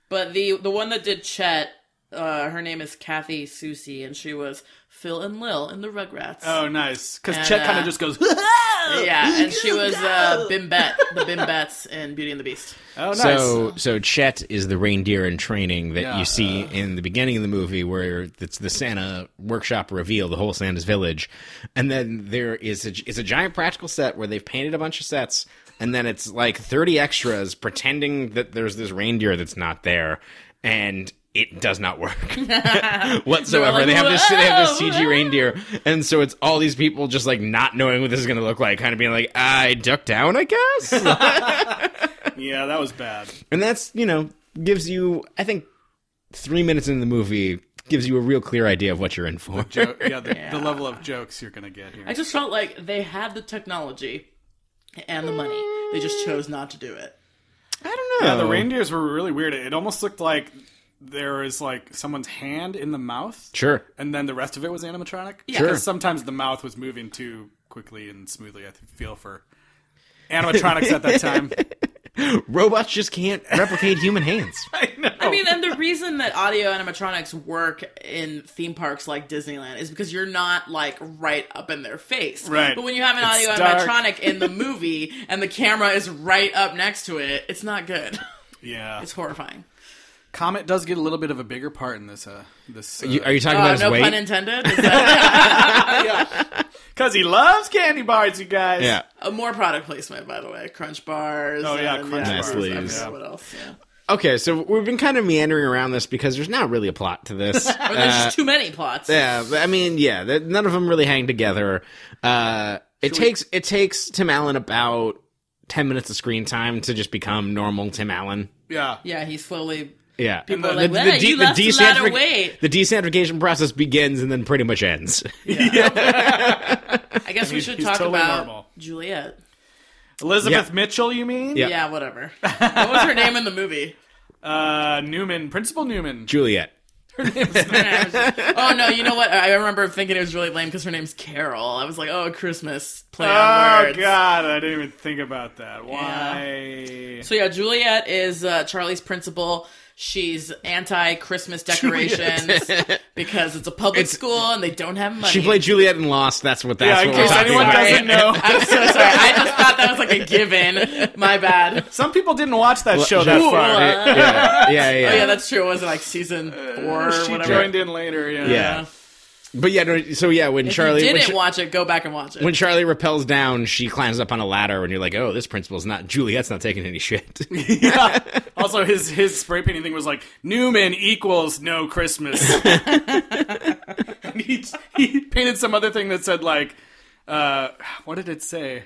Speaker 2: But the the one that did Chet, uh, her name is Kathy Susie, and she was Phil and Lil in the Rugrats.
Speaker 10: Oh, nice. Because
Speaker 2: And,
Speaker 10: Chet
Speaker 2: uh,
Speaker 10: kind of just goes. (laughs)
Speaker 2: yeah, and she was uh, Bimbette, the Bimbettes in Beauty and the Beast.
Speaker 10: Oh, nice.
Speaker 3: So, so Chet is the reindeer in training that
Speaker 10: Yeah.
Speaker 3: you see in the beginning of the movie, where it's the Santa workshop reveal, the whole Santa's village, and then there is a, it's a giant practical set where they've painted a bunch of sets, and then it's like thirty extras pretending that there's this reindeer that's not there, and it does not work (laughs) whatsoever.
Speaker 2: They're like,
Speaker 3: they have this they have this
Speaker 2: "Whoa,
Speaker 3: CG
Speaker 2: whoa."
Speaker 3: reindeer, and so it's all these people just like not knowing what this is going to look like, kind of being like, I duck down, I guess.
Speaker 10: yeah, that was bad.
Speaker 3: And that's, you know, gives you, I think, three minutes into the movie gives you a real clear idea of what you're in for.
Speaker 10: Jo- (laughs) yeah, the, the level of jokes you're going to get here.
Speaker 2: I just felt like they had the technology and the money. They just chose not to do it.
Speaker 3: (laughs) I don't know.
Speaker 10: yeah, the reindeers were really weird. It almost looked like there was like someone's hand in the mouth.
Speaker 3: Sure.
Speaker 10: And then the rest of it was animatronic. Yeah.
Speaker 3: Sure.
Speaker 10: sometimes the mouth was moving too quickly and smoothly. I feel for animatronics at that time.
Speaker 3: Robots just can't replicate human hands.
Speaker 10: (laughs)
Speaker 2: I mean, and the reason that audio animatronics work in theme parks like Disneyland is because you're not like right up in their face.
Speaker 10: Right.
Speaker 2: But when you have an
Speaker 10: It's
Speaker 2: audio
Speaker 10: dark.
Speaker 2: animatronic in
Speaker 10: (laughs)
Speaker 2: the movie and the camera is right up next to it, it's not good. (laughs)
Speaker 10: Yeah.
Speaker 2: It's horrifying.
Speaker 10: Comet does get a little bit of a bigger part in this. Uh, this
Speaker 3: You- are you talking
Speaker 2: Uh,
Speaker 3: about his
Speaker 2: no
Speaker 3: weight?
Speaker 2: pun intended. Is that
Speaker 10: (laughs) because he loves candy bars, you guys.
Speaker 3: yeah.
Speaker 2: uh, more product placement, by the way? Crunch bars.
Speaker 10: Oh, yeah,
Speaker 2: and,
Speaker 10: Crunch
Speaker 3: bars.
Speaker 2: I
Speaker 3: Nice.
Speaker 2: forgot what else? Yeah.
Speaker 3: Okay, so we've been kind of meandering around this because there's not really a plot
Speaker 2: (laughs)
Speaker 3: to this.
Speaker 2: Or there's
Speaker 10: Uh,
Speaker 2: just too many plots.
Speaker 3: Yeah, but I mean, yeah, that- none of them really hang together. Uh, it takes it takes Tim Allen about ten minutes of screen time to just become normal Tim Allen.
Speaker 10: yeah,
Speaker 2: Yeah, he slowly.
Speaker 3: Yeah,
Speaker 2: People are like, "Wow, you lost a lot of
Speaker 3: desantific-
Speaker 2: weight."
Speaker 3: the desantification process begins and then pretty much ends. (laughs)
Speaker 2: I guess we should
Speaker 10: (laughs) he's
Speaker 2: talk
Speaker 10: totally
Speaker 2: about
Speaker 10: normal.
Speaker 2: Juliet.
Speaker 10: Elizabeth
Speaker 3: Yeah.
Speaker 10: Mitchell, you mean?
Speaker 2: (laughs)
Speaker 3: Yeah.
Speaker 2: Yeah, whatever. what was her name in the movie? (laughs)
Speaker 10: Uh, Newman, Principal Newman.
Speaker 3: Juliet.
Speaker 2: oh no, you know what? I remember thinking it was really lame because her name's Carol. I was like, oh, Christmas play on
Speaker 10: Oh
Speaker 2: words.
Speaker 10: God, I didn't even think about that. Why?
Speaker 2: So yeah, Juliet is uh, Charlie's principal. She's anti Christmas decorations because it's a public school and they don't have money.
Speaker 3: She played Juliet and Lost. That's what
Speaker 10: Yeah,
Speaker 3: that's
Speaker 10: in
Speaker 3: what we're
Speaker 10: case
Speaker 3: talking
Speaker 10: anyone
Speaker 3: about.
Speaker 10: doesn't know,
Speaker 2: I'm so sorry. I just thought that was like a given. My bad.
Speaker 10: some people didn't watch that show that
Speaker 3: Ooh,
Speaker 10: far.
Speaker 3: Yeah, yeah, yeah.
Speaker 2: Oh (laughs) yeah, that's true. Was it like season four or
Speaker 10: she
Speaker 2: whatever?
Speaker 10: joined in later. Yeah.
Speaker 3: Yeah. But yeah, no, so yeah, when Charlie
Speaker 2: if you
Speaker 3: when,
Speaker 2: didn't
Speaker 3: Ch-
Speaker 2: watch it, go back and watch it.
Speaker 3: when Charlie repels down, she climbs up on a ladder, and you're like, "Oh, this principal's not Juliet's not taking any shit."
Speaker 10: (laughs)
Speaker 3: (laughs)
Speaker 10: Yeah. Also, his his spray painting thing was like Newman equals no Christmas. and he he painted some other thing that said like, uh, what did it say?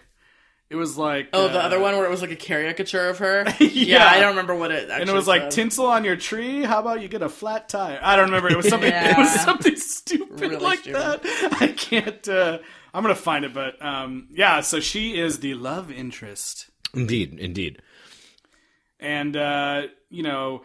Speaker 10: It was like
Speaker 2: Oh,
Speaker 10: uh,
Speaker 2: the other one where it was like a caricature of
Speaker 3: (laughs)
Speaker 2: her. yeah.
Speaker 10: Yeah.
Speaker 2: I don't remember what it. Actually
Speaker 10: and it was like
Speaker 2: said.
Speaker 10: tinsel on your tree. How about you get a flat tire? I don't remember. It was something.
Speaker 2: (laughs)
Speaker 10: It
Speaker 2: Yeah.
Speaker 10: was something (laughs) stupid
Speaker 2: Really
Speaker 10: like
Speaker 2: stupid.
Speaker 10: that. I can't. Uh, I'm gonna find it, but um, yeah. So she is the love interest,
Speaker 3: indeed, indeed.
Speaker 10: and uh, you know,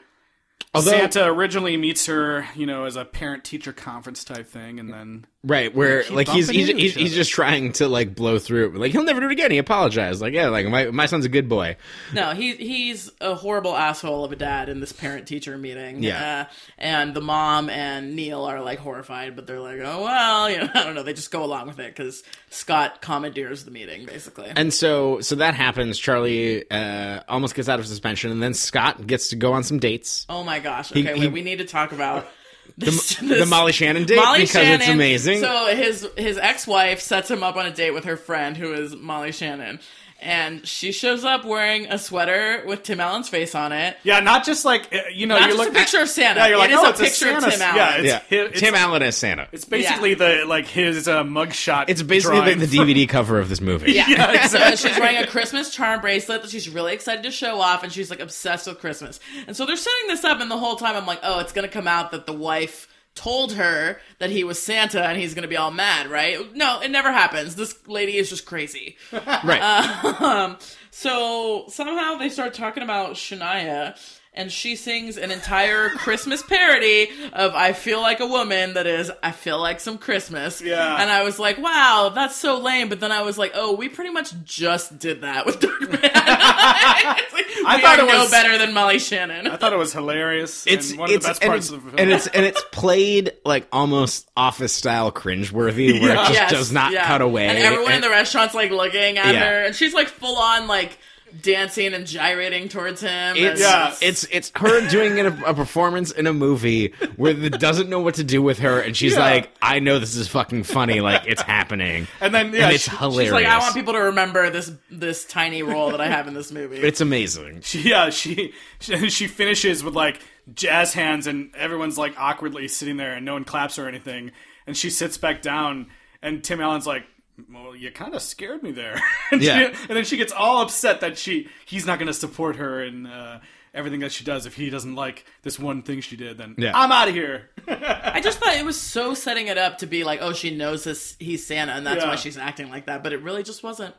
Speaker 3: Although
Speaker 10: Santa originally meets her, you know, as a parent-teacher conference type thing, and then
Speaker 3: Right, where
Speaker 11: keep
Speaker 3: like he's
Speaker 11: bumping
Speaker 3: he's,
Speaker 11: into
Speaker 3: he's,
Speaker 11: each
Speaker 3: he's
Speaker 11: other.
Speaker 3: just trying to like blow through it. Like he'll never do it again. He apologized. Like yeah, like my my son's a good boy.
Speaker 2: No, he he's a horrible asshole of a dad in this parent teacher meeting.
Speaker 3: Yeah.
Speaker 2: Uh, and the mom and Neil are like horrified, but they're like, oh well, you know, (laughs) I don't know. They just go along with it because Scott commandeers the meeting basically.
Speaker 3: And so so that happens. Charlie uh, almost gets out of suspension, and then Scott gets to go on some dates.
Speaker 2: oh my gosh. Okay,
Speaker 3: he-
Speaker 2: wait, we need to talk about. (laughs) This,
Speaker 3: the Molly Shannon date, because it's amazing.
Speaker 2: So his his ex wife sets him up on a date with her friend who is Molly Shannon, and she shows up wearing a sweater with Tim Allen's face on it.
Speaker 10: Yeah, not just like uh, you know
Speaker 2: Not
Speaker 10: you
Speaker 2: just
Speaker 10: look
Speaker 2: a picture of Santa.
Speaker 10: Yeah, you're like
Speaker 2: It is
Speaker 10: oh,
Speaker 2: a
Speaker 10: it's
Speaker 2: picture of
Speaker 10: Santa-
Speaker 2: Tim Allen.
Speaker 10: Yeah, it's,
Speaker 3: Yeah,
Speaker 10: hi- it's,
Speaker 3: Tim Allen as Santa. It's,
Speaker 10: It's basically the like his uh, mugshot.
Speaker 3: basically like
Speaker 10: drawing
Speaker 3: the
Speaker 10: for-
Speaker 3: DVD cover of this
Speaker 2: (laughs)
Speaker 3: movie.
Speaker 2: Yeah.
Speaker 10: exactly.
Speaker 2: So she's wearing
Speaker 10: (laughs)
Speaker 2: a Christmas charm bracelet that she's really excited to show off, and she's like obsessed with Christmas. And so they're setting this up, and the whole time I'm like, oh, it's gonna come out that the wife told her that he was Santa, and he's gonna be all mad, right? No, it never happens. This lady is just crazy.
Speaker 3: right.
Speaker 2: Uh, So somehow they start talking about Shania. And she sings an entire Christmas parody of I Feel Like a Woman that is I Feel Like Some Christmas.
Speaker 10: Yeah.
Speaker 2: And I was like, wow, that's so lame. But then I was like, oh, we pretty much just did that with Dark Man. (laughs) It's like, we
Speaker 10: thought
Speaker 2: are
Speaker 10: it
Speaker 2: no
Speaker 10: was-
Speaker 2: better than Molly Shannon.
Speaker 10: I thought it was hilarious.
Speaker 3: it's
Speaker 10: and one
Speaker 3: it's
Speaker 10: of the best
Speaker 3: and
Speaker 10: parts
Speaker 3: it's-
Speaker 10: of the film.
Speaker 3: and it's and it's played like almost office style cringeworthy, where it
Speaker 2: (laughs)
Speaker 3: just
Speaker 2: Yes,
Speaker 3: does not
Speaker 2: yeah.
Speaker 3: cut away.
Speaker 2: And everyone in
Speaker 3: And-
Speaker 2: the restaurant's like looking at
Speaker 3: Yeah.
Speaker 2: her. And she's like full on like dancing and gyrating towards him.
Speaker 3: It's,
Speaker 2: and-
Speaker 10: Yeah.
Speaker 3: it's it's her doing a, a performance in a movie where it doesn't know what to do with her, and she's
Speaker 10: Yeah.
Speaker 3: like, "I know this is fucking funny. Like it's happening."
Speaker 10: (laughs) And then, yeah,
Speaker 3: and it's
Speaker 10: she- she's
Speaker 3: hilarious.
Speaker 2: She's like, I want people to remember this this tiny role that I have in this movie.
Speaker 3: it's amazing.
Speaker 10: she, yeah, she, (laughs) she she finishes with like jazz hands, and everyone's like awkwardly sitting there, and no one claps or anything. And she sits back down, and Tim Allen's like, "Well, you kind of scared me there." (laughs) and,
Speaker 3: Yeah.
Speaker 10: she, and then she gets all upset that she he's not going to support her in uh, everything that she does if he doesn't like this one thing she did. Then
Speaker 3: Yeah.
Speaker 10: I'm out of here.
Speaker 2: I just thought it was so setting it up to be like, oh, she knows this he's Santa, and that's
Speaker 10: Yeah.
Speaker 2: why she's acting like that. But it really just wasn't.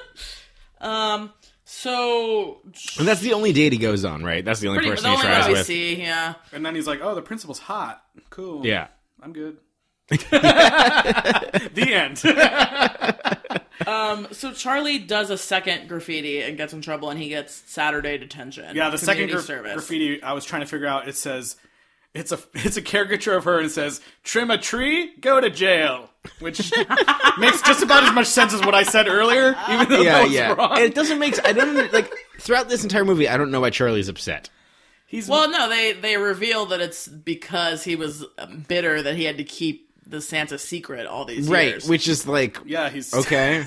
Speaker 2: (laughs) um. So
Speaker 3: And that's the only date he goes on, right? That's the only
Speaker 2: pretty the
Speaker 3: person he
Speaker 2: only one
Speaker 3: tries
Speaker 2: we
Speaker 3: with.
Speaker 2: see, yeah.
Speaker 10: And then he's like, "Oh, the principal's hot. Cool.
Speaker 3: Yeah.
Speaker 10: I'm good." the end.
Speaker 2: So Charlie does a second graffiti and gets in trouble, and he gets Saturday detention.
Speaker 10: Yeah, the second
Speaker 2: community
Speaker 10: gra- graffiti I was trying to figure out it says it's a (laughs) it's a caricature of her and it says trim a tree, go to jail, which (laughs) makes just about as much sense as what (laughs) I said earlier, even though
Speaker 3: Yeah,
Speaker 10: that was
Speaker 3: yeah.
Speaker 10: wrong.
Speaker 3: And it doesn't make. I don't like throughout this entire movie. I don't know why Charlie's upset.
Speaker 10: He's
Speaker 2: Well, no, they they reveal that it's because he was um, bitter that he had to keep the Santa secret all these years.
Speaker 3: Right, which is like
Speaker 10: yeah, he's (laughs)
Speaker 3: okay.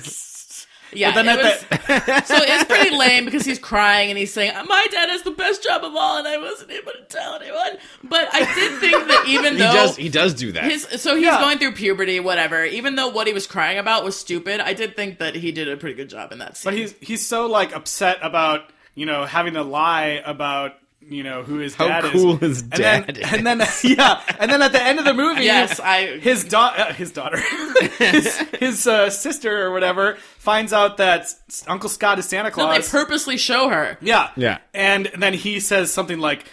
Speaker 2: Yeah,
Speaker 10: But then
Speaker 2: it
Speaker 10: at (laughs)
Speaker 2: was- so it's pretty lame because he's crying and he's saying, "My dad has the best job of all, and I wasn't able to tell anyone." But I did think that even
Speaker 10: (laughs)
Speaker 3: He
Speaker 2: though
Speaker 3: does. He does do that.
Speaker 2: his, so he's
Speaker 10: Yeah.
Speaker 2: going through puberty, whatever. Even though what he was crying about was stupid, I did think that he did a pretty good job in that scene.
Speaker 10: But he's he's so like upset about you know having to lie about you know who his
Speaker 3: How
Speaker 10: dad
Speaker 3: cool
Speaker 10: is.
Speaker 3: his
Speaker 10: and
Speaker 3: dad
Speaker 10: then, And then (laughs) yeah, and then at the end of the movie, (laughs)
Speaker 2: Yes, I-
Speaker 10: his daughter, uh, his daughter, (laughs) his, his uh, sister or whatever finds out that S- Uncle Scott is Santa
Speaker 2: no,
Speaker 10: Claus.
Speaker 2: they purposely show her.
Speaker 10: yeah,
Speaker 3: Yeah.
Speaker 10: and then he says something like.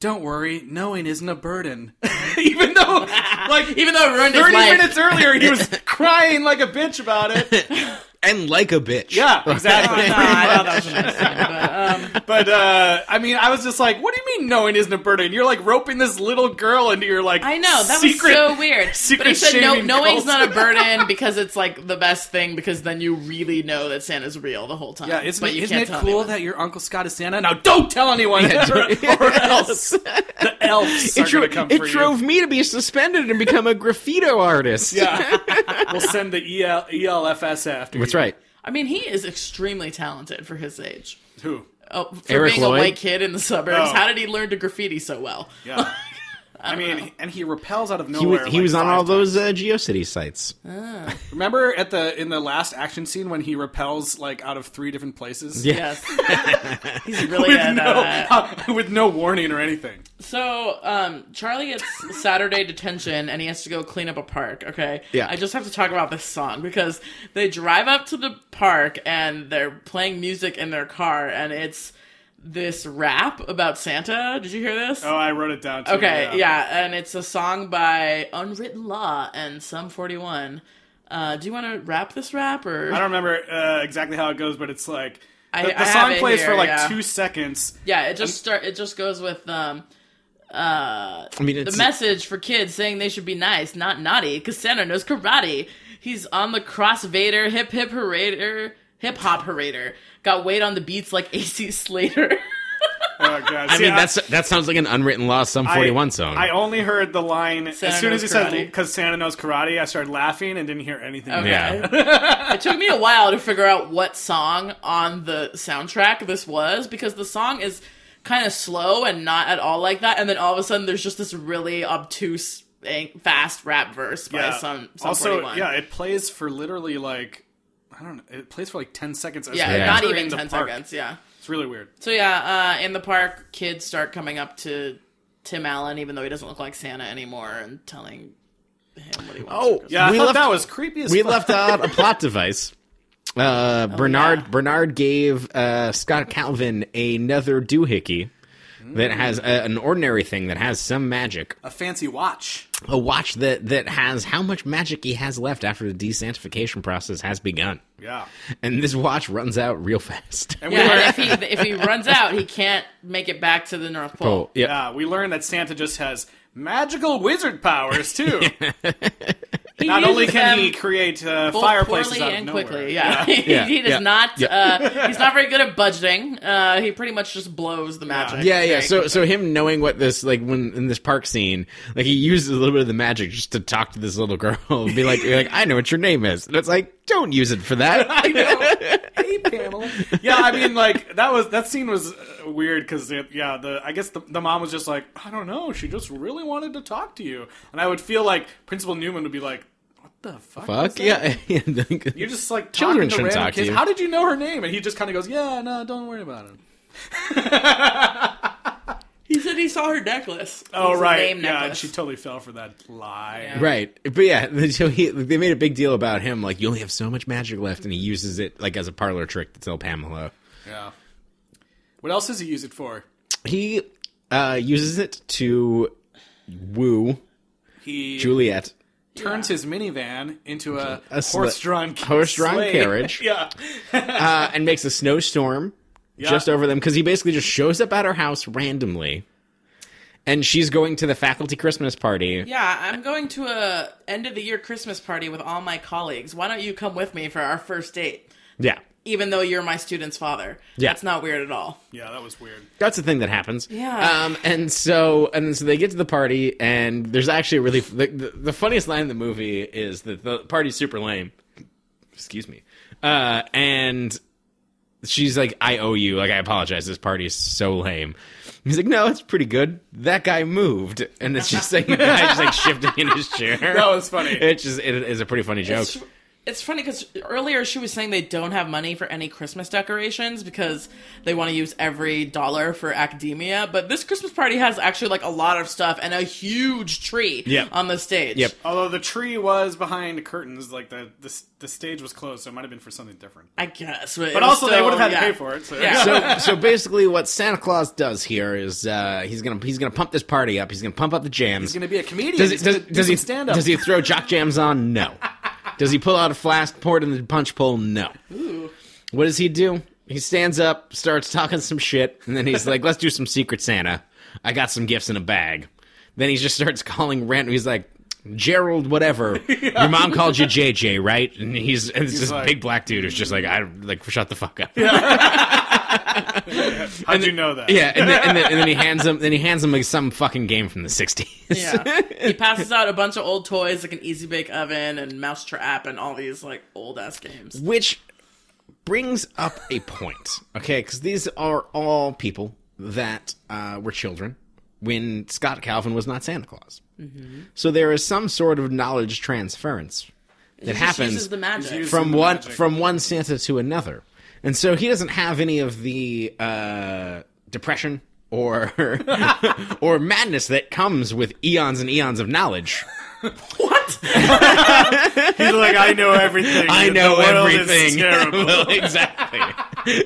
Speaker 10: Don't worry, knowing isn't a burden. (laughs) Even though,
Speaker 2: (laughs)
Speaker 10: like,
Speaker 2: Even though it ruined his
Speaker 10: thirty
Speaker 2: life.
Speaker 10: minutes earlier,
Speaker 2: (laughs)
Speaker 10: he was crying like a bitch about it.
Speaker 3: and like a bitch.
Speaker 2: (laughs)
Speaker 10: Yeah, exactly.
Speaker 2: No, I thought that was a nice scene, but, um,
Speaker 10: (laughs) But uh, I mean, I was just like, "What do you mean knowing isn't a burden? You're like roping this little girl into your like
Speaker 2: I know that
Speaker 10: secret,
Speaker 2: was so weird.
Speaker 10: secret
Speaker 2: but he said no,
Speaker 10: shaming
Speaker 2: knowing's
Speaker 10: cult."
Speaker 2: not a
Speaker 10: (laughs)
Speaker 2: burden because it's like the best thing because then you really know that Santa's real the whole time.
Speaker 10: Yeah, isn't
Speaker 2: but
Speaker 10: it,
Speaker 2: you
Speaker 10: isn't
Speaker 2: can't
Speaker 10: it
Speaker 2: tell
Speaker 10: cool
Speaker 2: anyone.
Speaker 10: that your uncle Scott is Santa? Now don't tell anyone, (laughs) or,
Speaker 2: (laughs)
Speaker 10: or else the elves
Speaker 3: It,
Speaker 10: are
Speaker 3: dro-
Speaker 10: going to come
Speaker 3: it
Speaker 10: for
Speaker 3: drove me to be suspended and become a graffito artist.
Speaker 10: you. Yeah, (laughs) we'll send the E EL, ELFS after.
Speaker 3: That's
Speaker 10: you.
Speaker 3: right.
Speaker 2: I mean, he is extremely talented for his age.
Speaker 10: Who?
Speaker 2: Oh, for
Speaker 3: Eric
Speaker 2: being
Speaker 3: Lloyd?
Speaker 2: a white kid in the suburbs,
Speaker 10: Oh.
Speaker 2: how did he learn to graffiti so well?
Speaker 10: (laughs) Yeah. I, mean, and he repels out of
Speaker 3: He
Speaker 10: nowhere.
Speaker 3: was, he
Speaker 10: like,
Speaker 3: was on
Speaker 10: five
Speaker 3: all
Speaker 10: times.
Speaker 3: those uh, GeoCity sites.
Speaker 10: Remember at the in the last action scene when he repels like out of three different places.
Speaker 3: Yeah.
Speaker 2: Yes, he's really
Speaker 10: With
Speaker 2: good. at that.
Speaker 10: no, (laughs) with no warning or anything.
Speaker 2: So, um, Charlie gets Saturday detention and he has to go clean up a park, okay?
Speaker 3: Yeah.
Speaker 2: I just have to talk about this song because they drive up to the park and they're playing music in their car and it's this rap about Santa. Did you hear this?
Speaker 10: Oh, I wrote it down. Too,
Speaker 2: Okay, yeah. and it's a song by Unwritten Law and Sum 41. Uh, do you want to rap this rap or
Speaker 10: I don't remember uh, exactly how it goes, but it's like the,
Speaker 2: I-
Speaker 10: the
Speaker 2: I have
Speaker 10: song
Speaker 2: it
Speaker 10: plays
Speaker 2: here,
Speaker 10: for like
Speaker 2: yeah.
Speaker 10: two (laughs) seconds.
Speaker 2: Yeah, it just start it just goes with um uh
Speaker 3: (laughs) I mean,
Speaker 2: the
Speaker 3: it's
Speaker 2: message for kids saying they should be nice, not naughty, because Santa knows karate. He's on the cross Vader, hip hip parader, hip hop parader. Got weight on the beats like (laughs) AC Slater.
Speaker 10: Oh god!
Speaker 3: I
Speaker 10: See,
Speaker 3: mean, that's that sounds like an unwritten law Sum
Speaker 10: I-
Speaker 3: 41 song.
Speaker 10: I only heard the line
Speaker 2: Santa
Speaker 10: as soon as he
Speaker 2: knows
Speaker 10: said
Speaker 2: karate.
Speaker 10: because Santa knows karate. I started laughing and didn't hear anything.
Speaker 2: Okay.
Speaker 3: yeah.
Speaker 2: it took me a while to figure out what song on the soundtrack this was because the song is kind of slow and not at all like that. And then all of a sudden, there's just this really obtuse, ang- fast rap verse by
Speaker 10: Yeah.
Speaker 2: some. some
Speaker 10: also,
Speaker 2: 41.
Speaker 10: yeah, it plays for literally like I don't know. It plays for like ten seconds. as
Speaker 2: yeah,
Speaker 10: they're
Speaker 2: not
Speaker 10: entering
Speaker 2: even
Speaker 10: the
Speaker 2: ten
Speaker 10: park.
Speaker 2: seconds. Yeah.
Speaker 10: It's really weird.
Speaker 2: So yeah, uh, in the park, kids start coming up to Tim Allen, even though he doesn't look like Santa anymore, and telling him what he wants.
Speaker 3: Oh,
Speaker 10: Yeah, I
Speaker 3: we
Speaker 10: thought
Speaker 3: left-
Speaker 10: that was creepy. As
Speaker 3: we
Speaker 10: fuck.
Speaker 3: left out a plot
Speaker 2: (laughs)
Speaker 3: device. Uh, Bernard
Speaker 2: Oh, yeah.
Speaker 3: Bernard gave uh, Scott Calvin another doohickey
Speaker 2: Mm.
Speaker 3: that has a, an ordinary thing that has some magic,
Speaker 10: a fancy watch.
Speaker 3: a watch that that has how much magic he has left after the desantification process has begun,
Speaker 10: Yeah,
Speaker 3: and this watch runs out real fast.
Speaker 10: and we
Speaker 2: Yeah,
Speaker 10: learned,
Speaker 2: and if he (laughs) if he runs out, he can't make it back to the North Pole.
Speaker 3: Oh, yeah.
Speaker 10: yeah, Uh, we learned that Santa just has magical wizard
Speaker 2: (laughs)
Speaker 10: powers too.
Speaker 2: He
Speaker 10: Not only
Speaker 2: uses
Speaker 10: can
Speaker 2: them
Speaker 10: he create uh,
Speaker 2: both
Speaker 10: fireplaces
Speaker 2: poorly
Speaker 10: out of
Speaker 2: and
Speaker 10: nowhere.
Speaker 2: quickly. Yeah, (laughs) He-
Speaker 3: Yeah,
Speaker 2: he does
Speaker 3: yeah.
Speaker 2: not. Uh, he's not very good at budgeting. Uh, he pretty much just blows the magic.
Speaker 3: Yeah, yeah.
Speaker 2: very
Speaker 3: So, so him knowing what this like when in this park scene, like he uses a little bit of the magic just to talk to this little girl, and be like, like I know what your name is, and it's like, don't use it for
Speaker 10: (laughs)
Speaker 3: that.
Speaker 10: hey, Pamela. (laughs) Yeah, I mean, like that was that scene was uh, weird because yeah, the I guess the, the mom was just like, I don't know, she just really wanted to talk to you, and I would feel like Principal Newman would be like, What the fuck? was
Speaker 3: Fuck
Speaker 10: that?
Speaker 3: (laughs) yeah.
Speaker 10: You're just like
Speaker 3: Children
Speaker 10: children
Speaker 3: shouldn't
Speaker 10: to random
Speaker 3: talk to
Speaker 10: kids.
Speaker 3: you.
Speaker 10: How did you know her name? And he just kind of goes, Yeah, no, don't worry about it.
Speaker 2: He said he saw her necklace. It
Speaker 10: Oh
Speaker 2: was a
Speaker 10: right,
Speaker 2: name
Speaker 10: yeah, and
Speaker 2: necklace.
Speaker 10: she totally fell for that lie.
Speaker 3: right. But yeah, (laughs) so he they made a big deal about him like you only have so much magic left and he uses it like as a parlor trick to tell Pamela.
Speaker 10: Yeah. What else does he use it for?
Speaker 3: He uh uses it to woo
Speaker 10: He
Speaker 3: Juliet.
Speaker 10: turns his minivan into a,
Speaker 3: A sli-
Speaker 10: horse-drawn
Speaker 3: horse-drawn
Speaker 10: sleigh.
Speaker 3: carriage.
Speaker 10: (laughs) yeah.
Speaker 3: Uh and makes a snowstorm just over them cuz he basically just shows up at her house randomly. And she's going to the faculty Christmas party.
Speaker 2: Yeah, I'm going to a end of the year Christmas party with all my colleagues. Why don't you come with me for our first date?
Speaker 3: Yeah.
Speaker 2: Even though you're my student's father.
Speaker 3: Yeah.
Speaker 2: That's not weird at all.
Speaker 10: Yeah, that was weird.
Speaker 3: That's the thing that happens.
Speaker 2: Yeah.
Speaker 3: Um, and so and so they get to the party, and there's actually a really the, the, the funniest line in the movie is that the party's super lame. Excuse me. Uh, and she's like, "I owe you. Like, I apologize. This party is so lame." He's like, "No, it's pretty good. That guy moved," and it's just like (laughs) the guy just like shifting in his chair.
Speaker 10: That was funny.
Speaker 3: It's just it is a pretty funny joke.
Speaker 2: It's, it's funny because earlier she was saying they don't have money for any Christmas decorations because they want to use every dollar for academia. But this Christmas party has actually like a lot of stuff and a huge tree
Speaker 3: Yep.
Speaker 2: on the stage.
Speaker 3: Yep.
Speaker 10: Although the tree was behind curtains, like the the, the stage was closed, so it might have been for something different.
Speaker 2: I guess. But, it
Speaker 10: But
Speaker 2: was
Speaker 10: also, they
Speaker 2: still-
Speaker 10: would have had
Speaker 2: yeah.
Speaker 10: to pay for it. So.
Speaker 2: Yeah.
Speaker 3: so so basically what Santa Claus does here is uh, he's gonna he's gonna pump this party up. He's gonna pump up the jams.
Speaker 10: He's gonna be a comedian.
Speaker 3: Does he
Speaker 10: He's
Speaker 3: does,
Speaker 10: gonna do
Speaker 3: does he
Speaker 10: some stand-up.
Speaker 3: Does he throw jock jams on?
Speaker 10: (laughs)
Speaker 3: No. does he pull out a flask, pour it in the punch bowl? No. What does he do? He stands up, starts talking some shit, and then he's like, "Let's do some Secret Santa. I got some gifts in a bag." Then he just starts (laughs) calling rent. He's like. Gerald, whatever.
Speaker 10: (laughs)
Speaker 3: Your mom called you JJ, right? And he's, and it's this
Speaker 10: like-
Speaker 3: big black dude who's just like, I like shut the fuck up.
Speaker 10: How'd you know that?
Speaker 3: Yeah, and then, and then, and then he hands him then he hands him like some fucking game from the sixties.
Speaker 2: Yeah. he passes out a bunch of old toys like an Easy Bake Oven and Mouse Trap and all these like old ass games.
Speaker 3: Which brings up a point, okay? Because these are all people that uh, were children when Scott Calvin was not Santa Claus.
Speaker 2: Mm-hmm.
Speaker 3: So there is some sort of knowledge transference that
Speaker 2: He just uses
Speaker 3: happens
Speaker 2: the magic.
Speaker 10: used-
Speaker 3: from
Speaker 10: the
Speaker 3: one
Speaker 10: magic.
Speaker 3: from one Santa to another, and so he doesn't have any of the uh, depression or (laughs) or madness that comes with eons and eons of knowledge. (laughs)
Speaker 2: What?
Speaker 10: He's like, I know everything. (laughs)
Speaker 3: I know
Speaker 10: the world is
Speaker 3: everything. (laughs)
Speaker 10: terrible.
Speaker 3: Well, exactly.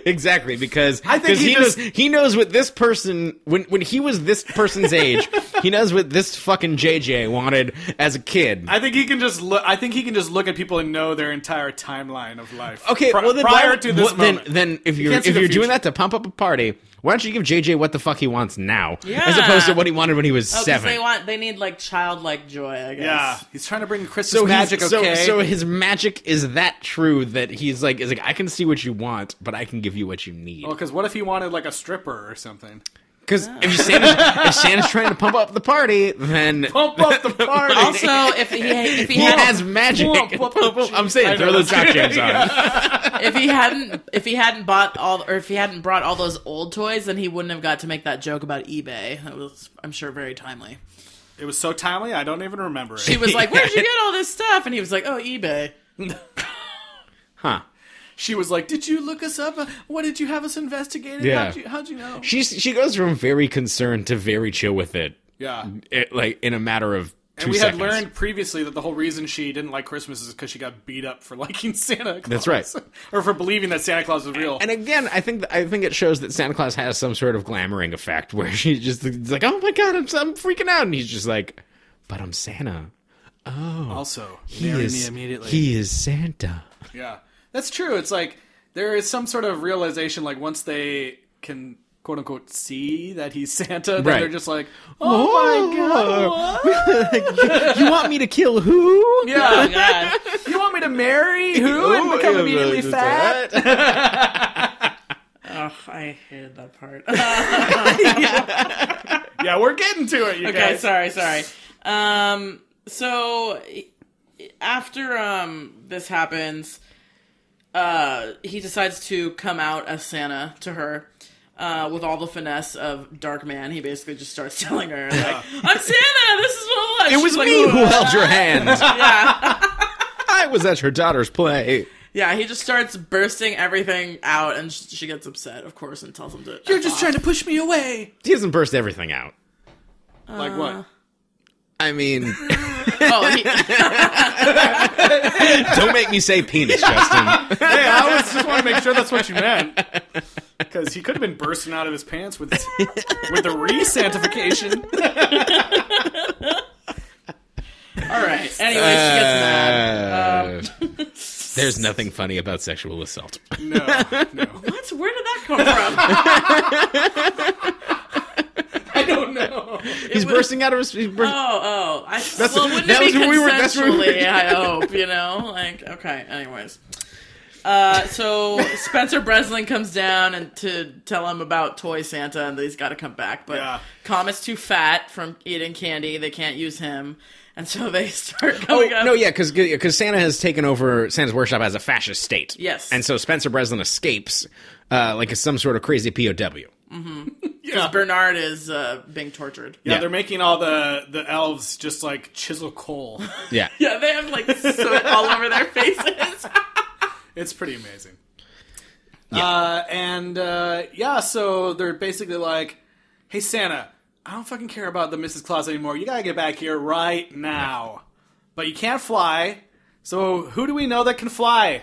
Speaker 3: exactly because
Speaker 10: I think
Speaker 3: 'cause
Speaker 10: he
Speaker 3: he,
Speaker 10: just-
Speaker 3: knows he knows what this person when when he was this person's age he knows what this fucking JJ wanted as a kid.
Speaker 10: I think he can just look. I think he can just look at people and know their entire timeline of life.
Speaker 3: okay,
Speaker 10: Pri-
Speaker 3: well then
Speaker 10: prior
Speaker 3: why-
Speaker 10: to this
Speaker 3: what- then,
Speaker 10: moment,
Speaker 3: then if you're
Speaker 10: can't
Speaker 3: if
Speaker 10: see
Speaker 3: you're
Speaker 10: the
Speaker 3: doing
Speaker 10: future.
Speaker 3: that to pump up a party, why don't you give JJ what the fuck he wants now as
Speaker 2: Yeah.
Speaker 3: opposed to what he wanted when he was
Speaker 2: Oh, 'cause
Speaker 3: seven?
Speaker 2: they want they need like childlike joy, I guess.
Speaker 10: yeah, he's trying to bring Christmas
Speaker 3: so
Speaker 10: magic.
Speaker 3: he's-
Speaker 10: Okay,
Speaker 3: so, so his magic is that true that he's like is like I can see what you want, but I can give you what you need.
Speaker 10: because what if he wanted like a stripper or something?
Speaker 3: Because if Santa's, if Santa's trying to pump up the party, then
Speaker 10: Pump up (laughs) the party.
Speaker 2: Also, if he if he
Speaker 3: he
Speaker 2: had
Speaker 3: has magic. I'm saying throw those
Speaker 10: (laughs)
Speaker 3: cocktails on.
Speaker 2: if he hadn't if he hadn't bought all or if he hadn't brought all those old toys, then he wouldn't have got to make that joke about eBay. That was I'm sure very timely.
Speaker 10: It was so timely, I don't even remember it.
Speaker 2: He was like,
Speaker 3: (laughs)
Speaker 2: "Where'd you get all this stuff?" And he was like, "Oh, eBay."
Speaker 3: Huh.
Speaker 10: she was like, "Did you look us up? What did you have us investigated?
Speaker 3: Yeah.
Speaker 10: How'd, you, how'd you know?"
Speaker 3: She's she goes from very concerned to very chill with it,
Speaker 10: Yeah,
Speaker 3: it like in a matter of two
Speaker 10: and we
Speaker 3: seconds.
Speaker 10: had learned previously that the whole reason she didn't like Christmas is because she got beat up for (laughs) liking Santa.
Speaker 3: That's
Speaker 10: Claus.
Speaker 3: right.
Speaker 10: or for believing that Santa Claus was real.
Speaker 3: and again, I think I think it shows that Santa Claus has some sort of glamoring effect where she's just it's like, "Oh my god, I'm, I'm freaking out," and he's just like, "But I'm Santa.
Speaker 10: also,
Speaker 3: He
Speaker 10: marry
Speaker 3: is
Speaker 10: me immediately.
Speaker 3: he is Santa."
Speaker 10: Yeah, that's true. It's like there is some sort of realization, like once they can quote unquote see that he's Santa, then
Speaker 3: Right.
Speaker 10: they're just like, oh, my god,
Speaker 3: (laughs)
Speaker 10: what?
Speaker 3: you want me to kill who?
Speaker 10: yeah,
Speaker 2: Oh (laughs) God.
Speaker 10: you want me to marry
Speaker 3: (laughs)
Speaker 10: who and
Speaker 3: Oh,
Speaker 10: become immediately fat?
Speaker 2: Oh, I hated that part. (laughs)
Speaker 10: Yeah, we're getting to it, you
Speaker 2: okay,
Speaker 10: guys.
Speaker 2: sorry, sorry. Um, so after um this happens, uh, he decides to come out as Santa to her. Uh, with all the finesse of Dark Man, he basically just starts (laughs) telling her, like, "I'm Santa. This is what I was."
Speaker 3: It (laughs) was me who
Speaker 10: (laughs)
Speaker 3: held your hand.
Speaker 2: Yeah,
Speaker 3: (laughs) I was at your daughter's play.
Speaker 2: yeah. He just starts bursting everything out, and sh- she gets upset, of course, and tells him to.
Speaker 10: You're just trying to push me away.
Speaker 3: He doesn't burst everything out.
Speaker 10: like what?
Speaker 3: I (laughs)
Speaker 2: Oh,
Speaker 3: mean,
Speaker 10: (laughs)
Speaker 2: he,
Speaker 3: don't make me say penis, (laughs) Justin.
Speaker 10: Hey, I was just want to make sure that's what you meant. (laughs) Because he could have been bursting out of his pants with with the re-santification.
Speaker 2: all right. Anyway, she gets mad.
Speaker 3: Uh, there's nothing funny about sexual assault.
Speaker 10: No, no.
Speaker 2: What? Where did that come from?
Speaker 3: (laughs)
Speaker 10: I don't know.
Speaker 3: (laughs) He's bursting out of his. He's
Speaker 2: Oh,
Speaker 3: bur-
Speaker 2: oh. I, that's, well, wouldn't
Speaker 3: that
Speaker 2: it
Speaker 3: was
Speaker 2: be
Speaker 3: where we were- that's where we
Speaker 2: consensually,
Speaker 3: were-
Speaker 2: I hope, you know? Like, okay, anyways. Uh, so Spencer Breslin comes down and to tell him about Toy Santa and that he's got to come back, but
Speaker 10: Yeah.
Speaker 2: Comet's too fat from eating candy. They can't use him, and so they start
Speaker 3: Oh
Speaker 2: going up.
Speaker 3: no, yeah, because Santa has taken over Santa's workshop as a fascist state.
Speaker 2: Yes.
Speaker 3: and so Spencer Breslin escapes, uh, like some sort of crazy POW.
Speaker 10: Yeah.
Speaker 2: Bernard is uh, being tortured.
Speaker 10: Yeah,
Speaker 3: Yeah.
Speaker 10: they're making all the the elves just like chisel coal.
Speaker 3: Yeah,
Speaker 2: Yeah, they have like soot all over their faces.
Speaker 10: it's pretty amazing. Uh, and uh, yeah, so they're basically like, "Hey Santa, I don't fucking care about the Mrs. Claus anymore. You gotta get back here right now." But you can't fly. So who do we know that can fly?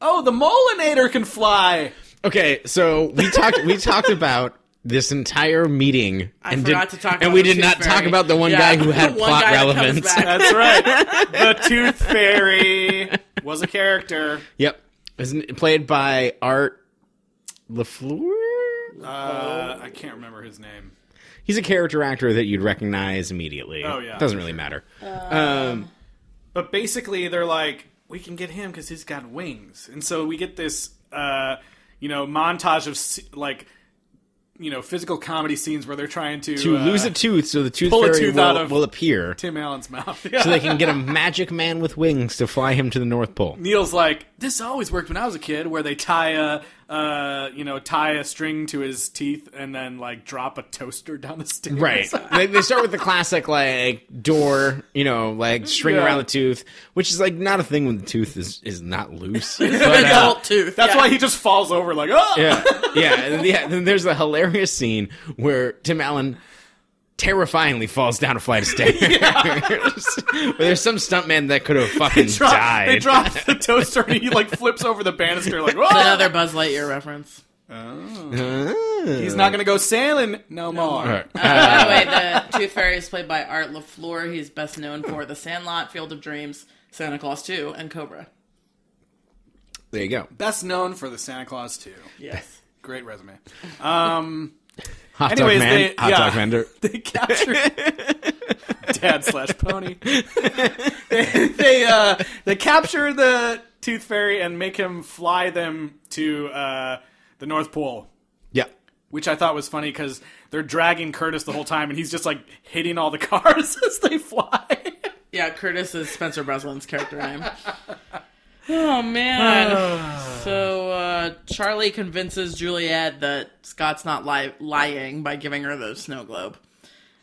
Speaker 10: Oh, the Molinator can fly.
Speaker 3: Okay, so we talked
Speaker 2: (laughs)
Speaker 3: we talked about this entire meeting
Speaker 2: I
Speaker 3: and
Speaker 2: forgot
Speaker 3: did,
Speaker 2: to talk about
Speaker 3: and we
Speaker 2: the
Speaker 3: did not
Speaker 2: Tooth
Speaker 3: talk
Speaker 2: Fairy.
Speaker 3: about the one
Speaker 2: Yeah,
Speaker 3: guy who
Speaker 2: the
Speaker 3: had
Speaker 2: (laughs) one
Speaker 3: plot
Speaker 2: guy that comes
Speaker 3: relevance.
Speaker 2: back.
Speaker 10: That's right. the Tooth Fairy was a character.
Speaker 3: Yep. Isn't it played by Art LaFleur?
Speaker 10: Uh, I can't remember his name.
Speaker 3: He's a character actor that you'd recognize immediately.
Speaker 10: Oh, yeah,
Speaker 3: Doesn't
Speaker 10: for
Speaker 3: really matter.
Speaker 2: Uh,
Speaker 10: But basically, they're like, we can get him because he's got wings, and so we get this, uh, you know, montage of s- like, you know, physical comedy scenes where they're trying to
Speaker 3: To
Speaker 10: uh,
Speaker 3: lose a tooth so the tooth
Speaker 10: pull a
Speaker 3: fairy
Speaker 10: tooth
Speaker 3: will,
Speaker 10: out of-
Speaker 3: will
Speaker 2: (laughs)
Speaker 3: appear
Speaker 10: (laughs) Tim Allen's mouth.
Speaker 3: (laughs) so they can get a magic man with wings to fly him to the North Pole.
Speaker 10: Neil's like, this always worked when I was a kid, where they tie a, uh, you know, tie a string to his teeth and then like drop a toaster down the (laughs) stairs.
Speaker 3: Right. they, they start with the classic like door, you know, like string
Speaker 10: Yeah.
Speaker 3: around the tooth, which is like not a thing when the tooth is is not
Speaker 10: (laughs)
Speaker 3: loose.
Speaker 2: Big
Speaker 3: But, uh,
Speaker 2: adult tooth.
Speaker 10: That's
Speaker 2: yeah.
Speaker 10: why he just falls over like, oh,
Speaker 3: yeah, yeah, and then, yeah. Then there's a hilarious scene where Tim Allen terrifyingly falls down a flight of
Speaker 10: (laughs)
Speaker 3: stairs. (laughs) But There's some stuntman that could have fucking
Speaker 10: Drop-
Speaker 3: died.
Speaker 10: They drop the toaster and he like flips over the banister like, whoa!
Speaker 2: Another Buzz Lightyear reference.
Speaker 10: He's not gonna go sailing no, more. (laughs)
Speaker 2: By the way, the Tooth Fairy is played by Art LaFleur. He's best known for The Sandlot, Field of Dreams, Santa Claus 2, and Cobra.
Speaker 3: There you go.
Speaker 10: Best known for the Santa Claus 2.
Speaker 2: Yes.
Speaker 10: Great resume.
Speaker 3: Hot
Speaker 10: Anyways,
Speaker 3: dog man.
Speaker 10: they-
Speaker 3: hot
Speaker 10: yeah.
Speaker 3: dog
Speaker 10: (laughs)
Speaker 3: vendor.
Speaker 10: (laughs) They captured dad slash pony. (laughs) they they, uh, they capture the tooth fairy and make him fly them to uh, the North Pole,
Speaker 3: Yeah.
Speaker 10: which I thought was funny because they're dragging Curtis the whole time and he's just like hitting all the (laughs) cars as they fly.
Speaker 2: Yeah, Curtis is Spencer Breslin's character name. Oh man! (sighs) so uh, Charlie convinces Juliet that Scott's not li- lying by giving her the snow globe,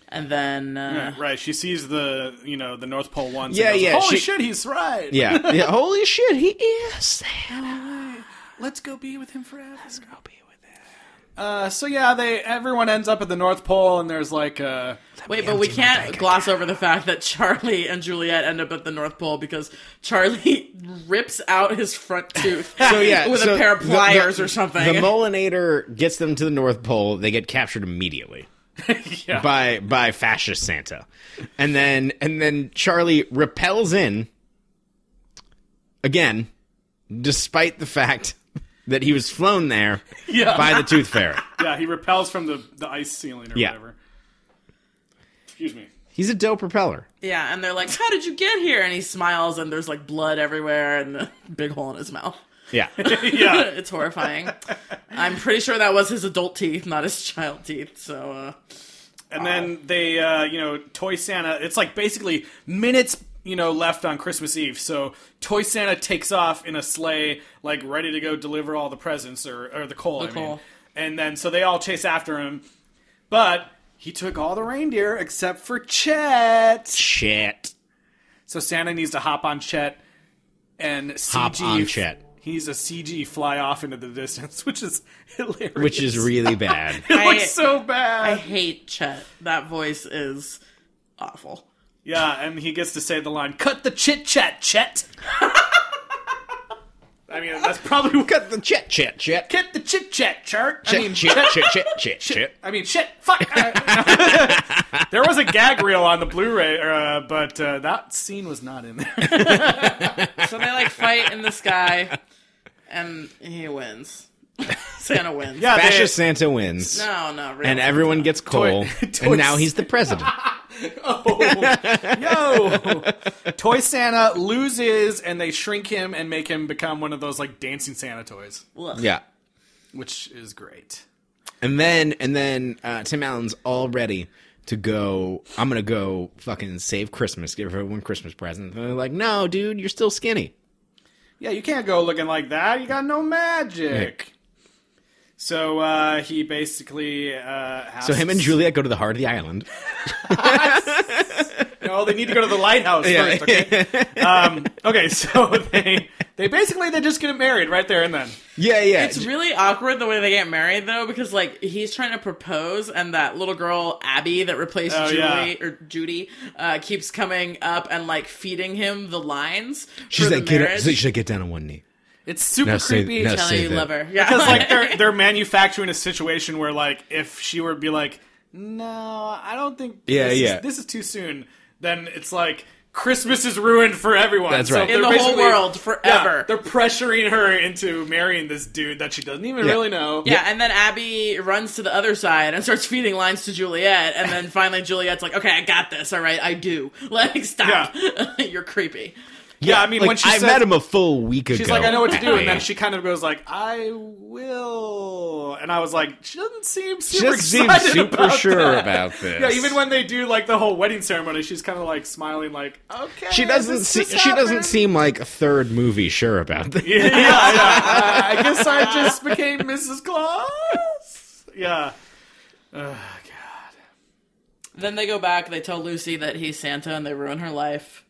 Speaker 2: and then uh,
Speaker 10: right, she sees the you know the North Pole once.
Speaker 3: Yeah,
Speaker 10: and goes,
Speaker 3: yeah,
Speaker 10: Holy
Speaker 3: she-
Speaker 10: shit, he's right.
Speaker 3: Yeah. yeah. Holy shit, he is.
Speaker 10: Let's go be with him forever. Let's go be with him. Uh, so yeah, they everyone ends up at the North Pole, and there's like uh,
Speaker 2: wait, but we can't gloss over the fact that Charlie and Juliet end up at the North Pole because Charlie (laughs) rips out his front tooth
Speaker 3: (laughs) So yeah,
Speaker 2: with
Speaker 3: so
Speaker 2: a pair of
Speaker 3: the-
Speaker 2: pliers
Speaker 3: the-
Speaker 2: or something.
Speaker 3: The Molinator gets them to the North Pole. They get captured
Speaker 2: (laughs)
Speaker 3: immediately by by fascist Santa, and then and then Charlie repels in again, despite the fact that he was flown there
Speaker 10: yeah,
Speaker 3: by the Tooth Fairy.
Speaker 10: (laughs) yeah, he repels from the, the ice ceiling or
Speaker 3: Yeah.
Speaker 10: whatever. Excuse me.
Speaker 3: He's a dope repeller.
Speaker 2: (laughs) yeah, and they're like, "How did you get here?" And he smiles, and there's like blood everywhere and a (laughs) big hole in his mouth. (laughs)
Speaker 3: Yeah,
Speaker 10: (laughs) Yeah,
Speaker 2: it's
Speaker 3: (laughs)
Speaker 2: horrifying. I'm pretty sure that was his adult teeth, not his (laughs) child teeth. So, uh,
Speaker 10: and then they, uh, you know, Toy Santa. It's like basically minutes, you know, left on Christmas Eve. So Toy Santa takes off in a sleigh, like ready to go deliver all the presents or or the coal. I mean.
Speaker 2: coal.
Speaker 10: And then so they all chase after him, but he took all the reindeer except for Chet.
Speaker 3: shit.
Speaker 10: So Santa needs to hop on Chet and CG.
Speaker 3: Hop on Chet.
Speaker 10: He needs a CG fly off into the distance, (laughs) which is hilarious.
Speaker 3: Which is
Speaker 2: (laughs)
Speaker 3: really bad.
Speaker 10: (laughs) it
Speaker 2: I-
Speaker 10: looks so
Speaker 2: I
Speaker 10: bad.
Speaker 2: hate Chet. That voice is awful.
Speaker 10: yeah, and he gets to say the line, "Cut the chit chat, Chet." (laughs) I mean, that's probably what. (laughs)
Speaker 3: Cut the chit chit chit.
Speaker 10: Cut the chit chat, Chet. I mean,
Speaker 3: Chit chit chit chit
Speaker 2: (laughs)
Speaker 3: chit chit.
Speaker 10: I mean, shit.
Speaker 3: (laughs)
Speaker 10: Fuck. (laughs) I- there was a gag reel on the Blu-ray, uh, but uh, that scene was not in there. (laughs)
Speaker 2: So they like fight in the sky, and he wins. (laughs) Santa wins.
Speaker 10: Yeah, they-
Speaker 3: Fascist Santa wins.
Speaker 2: No, no, really.
Speaker 3: and everyone gets (laughs) coal,
Speaker 10: toys.
Speaker 3: and now he's the president.
Speaker 10: Yo! (laughs) Toy Santa loses and they shrink him and make him become one of those like dancing Santa toys,
Speaker 3: (laughs) yeah,
Speaker 10: which is great.
Speaker 3: and then and then uh, Tim Allen's all ready to go. I'm gonna go fucking save Christmas, give everyone Christmas presents. And they're like, "No, dude, you're still skinny."
Speaker 10: Yeah, you can't go looking like that. You got no magic. So uh, he basically uh, asks,
Speaker 3: So him (laughs) and Juliet go to the heart of the island.
Speaker 10: No, Oh, they need to go to the
Speaker 3: (laughs) (laughs)
Speaker 10: lighthouse
Speaker 3: Yeah.
Speaker 10: first. Okay. um, okay. So (laughs) they they basically they just get married right there and then.
Speaker 3: Yeah, yeah.
Speaker 2: It's really awkward the way they get married though, because like he's trying to propose, and that little girl Abby that replaced
Speaker 10: Oh,
Speaker 2: Julie
Speaker 10: yeah.
Speaker 2: or Judy uh, keeps coming up and like feeding him the lines.
Speaker 3: she's
Speaker 2: for
Speaker 3: like,
Speaker 2: the
Speaker 3: "Get up."
Speaker 2: marriage.
Speaker 3: She's like, "Get down on one knee."
Speaker 10: It's super
Speaker 3: No, say-
Speaker 10: creepy.
Speaker 3: no,
Speaker 2: Tell
Speaker 3: say
Speaker 2: you
Speaker 3: that.
Speaker 2: love her. Yeah,
Speaker 10: Because
Speaker 2: (laughs)
Speaker 10: like they're they're manufacturing a situation where like if she were to be like, no, I don't think.
Speaker 3: Yeah,
Speaker 10: this
Speaker 3: yeah.
Speaker 10: Is, this is too soon. Then it's like Christmas is ruined for everyone.
Speaker 3: That's right.
Speaker 10: they're
Speaker 2: In the whole
Speaker 10: basically-
Speaker 2: world,
Speaker 10: yeah,
Speaker 2: forever.
Speaker 10: they're pressuring her into marrying this dude that she doesn't even
Speaker 3: Yeah.
Speaker 10: really know.
Speaker 2: Yeah, and then Abby runs to the other side and starts feeding lines to Juliet, and then finally Juliet's like, "Okay, I got this. All right, I do. (laughs) Like, stop. (laughs) You're creepy."
Speaker 10: Yeah, I mean,
Speaker 3: like,
Speaker 10: when she
Speaker 3: I
Speaker 10: said-
Speaker 3: met him a full week ago.
Speaker 10: She's like, I know what to do, and
Speaker 3: (laughs) Yeah.
Speaker 10: then she kind of goes like, "I will," and I was like, "She doesn't seem super
Speaker 3: just seems
Speaker 10: excited
Speaker 3: super
Speaker 10: about
Speaker 3: sure
Speaker 10: that.
Speaker 3: about this.
Speaker 10: (laughs) Yeah, even when they do like the whole wedding ceremony, she's kind of like smiling, like, "Okay."
Speaker 3: she doesn't
Speaker 10: this
Speaker 3: see,
Speaker 10: just
Speaker 3: she doesn't
Speaker 10: happened."
Speaker 3: seem like a third movie sure about this.
Speaker 10: (laughs) yeah, yeah, yeah. I
Speaker 3: (laughs)
Speaker 10: guess I just became Mrs. Claus. Yeah.
Speaker 2: Then they go back. They tell Lucy that he's Santa, and they ruin her life.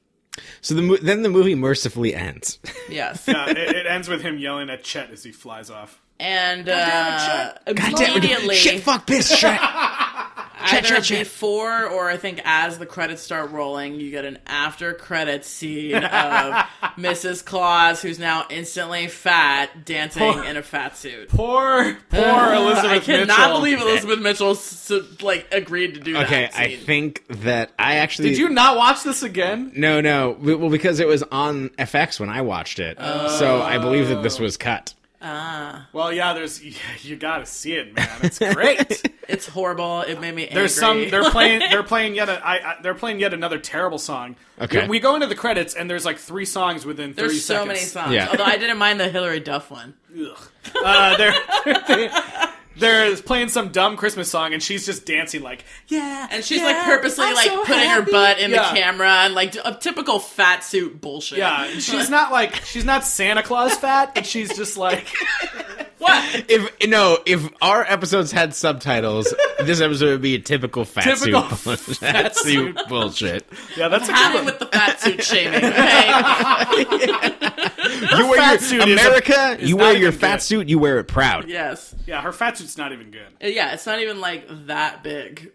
Speaker 3: So the mo- then the movie mercifully ends.
Speaker 2: Yes,
Speaker 10: Uh, it, it ends with him yelling at Chet as he flies off.
Speaker 2: and uh,
Speaker 3: God damn it. (laughs)
Speaker 2: immediately
Speaker 10: (laughs)
Speaker 3: Shit, fuck, piss, shit.
Speaker 2: either
Speaker 11: chat, chat.
Speaker 2: before or I think as the credits start rolling, you get an after credit scene of Mrs. Claus, who's now instantly fat, dancing in a fat suit.
Speaker 10: Poor, poor Elizabeth
Speaker 2: (laughs) Ah, I cannot
Speaker 10: Mitchell.
Speaker 2: believe Elizabeth Mitchell s- s- like agreed to do that.
Speaker 3: (laughs) Okay, I
Speaker 2: scene.
Speaker 3: think that I actually
Speaker 10: Did you not watch this again?
Speaker 3: No, no. We- Well, because it was on FX when I watched it, so I believe that
Speaker 10: Oh.
Speaker 3: this was cut.
Speaker 10: Well, yeah. There's you gotta see it, man. It's great.
Speaker 2: it's horrible. It made me angry.
Speaker 10: There's
Speaker 2: (laughs)
Speaker 10: some. They're playing. They're playing yet. A, I, I, they're playing yet another terrible song.
Speaker 3: Okay.
Speaker 10: We, we go into the credits and there's like three songs within thirty
Speaker 2: There's so
Speaker 10: seconds.
Speaker 2: many songs.
Speaker 3: Yeah.
Speaker 2: Although I didn't mind the Hillary Duff one.
Speaker 10: Uh, they're, they're (laughs) they're playing some dumb Christmas song and she's just dancing like yeah.
Speaker 2: And she's
Speaker 10: yeah,
Speaker 2: like purposely
Speaker 10: I'm
Speaker 2: like
Speaker 10: so
Speaker 2: putting her
Speaker 10: happy."
Speaker 2: butt in
Speaker 10: Yeah.
Speaker 2: the camera and like a typical fat suit bullshit. (laughs)
Speaker 10: Yeah, and she's not like she's not Santa Claus fat, but she's just like
Speaker 2: What?
Speaker 3: If no, if our episodes had subtitles, (laughs) this episode would be a typical fat
Speaker 10: Typical
Speaker 3: suit, bull- (laughs) fat suit
Speaker 10: (laughs)
Speaker 3: bullshit.
Speaker 10: yeah. That's a good
Speaker 2: Having
Speaker 10: one.
Speaker 2: with the fat suit
Speaker 10: (laughs)
Speaker 2: shaming. Okay.
Speaker 3: You wear
Speaker 10: fat
Speaker 3: your
Speaker 10: suit is a-
Speaker 3: America.
Speaker 10: is
Speaker 3: you
Speaker 10: not
Speaker 3: wear your
Speaker 10: even
Speaker 3: fat
Speaker 10: good.
Speaker 3: suit. You wear it proud.
Speaker 2: yes.
Speaker 10: Yeah, her fat suit's not even good.
Speaker 2: Yeah. It's not even like that big.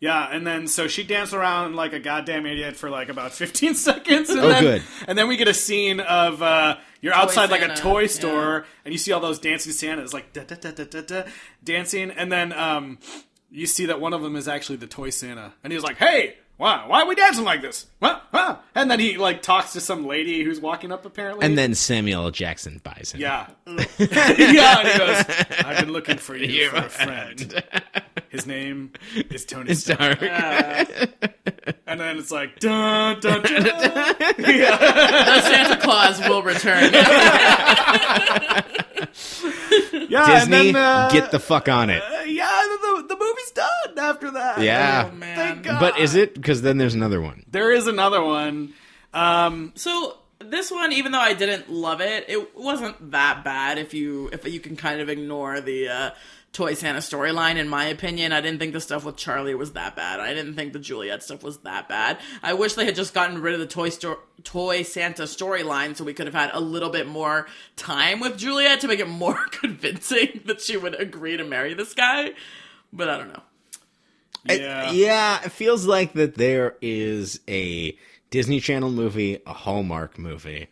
Speaker 10: Yeah, and then so she danced around like a goddamn idiot for like about 15 (laughs) seconds. And
Speaker 3: Oh,
Speaker 10: then,
Speaker 3: good.
Speaker 10: And then we get a scene of uh, you're outside like a
Speaker 2: Santa,
Speaker 10: toy
Speaker 2: yeah.
Speaker 10: store, and you see all those dancing Santas like da da da da da da dancing, and then um, you see that one of them is actually the toy Santa, and he's like, "Hey, why why are we dancing like this? What? Huh? And then he like talks to some lady who's walking up apparently,
Speaker 3: And
Speaker 10: (laughs)
Speaker 3: then Samuel L. Jackson buys (laughs) him.
Speaker 10: yeah. (laughs) yeah, and he goes, I've been looking for you, for a friend. His name is Tony
Speaker 3: It's
Speaker 10: Stark.
Speaker 3: dark.
Speaker 10: And then it's like, dun, dun,
Speaker 3: (laughs)
Speaker 10: dun,
Speaker 2: The Santa Claus will
Speaker 10: (laughs)
Speaker 2: return.
Speaker 10: Yeah,
Speaker 3: Disney,
Speaker 10: and then, uh,
Speaker 3: get the fuck on it.
Speaker 10: uh, (laughs) yeah, and then the, the movie's done after that.
Speaker 3: Yeah.
Speaker 2: Oh man.
Speaker 3: but is it? Because then there's another one.
Speaker 10: There is another one. Um,
Speaker 2: So this one, even though I didn't love it, it wasn't that bad. If you if you can kind of ignore the uh, Toy Santa storyline, in my opinion, I didn't think the stuff with Charlie was that bad. I didn't think the Juliet stuff was that bad. I wish they had just gotten rid of the Toy Sto- Toy Santa storyline, so we could have had a little bit more time with Juliet to make it more (laughs) convincing that she would agree to marry this guy. But I don't know.
Speaker 10: Yeah.
Speaker 3: yeah, it feels like that there is a Disney Channel movie, a Hallmark movie,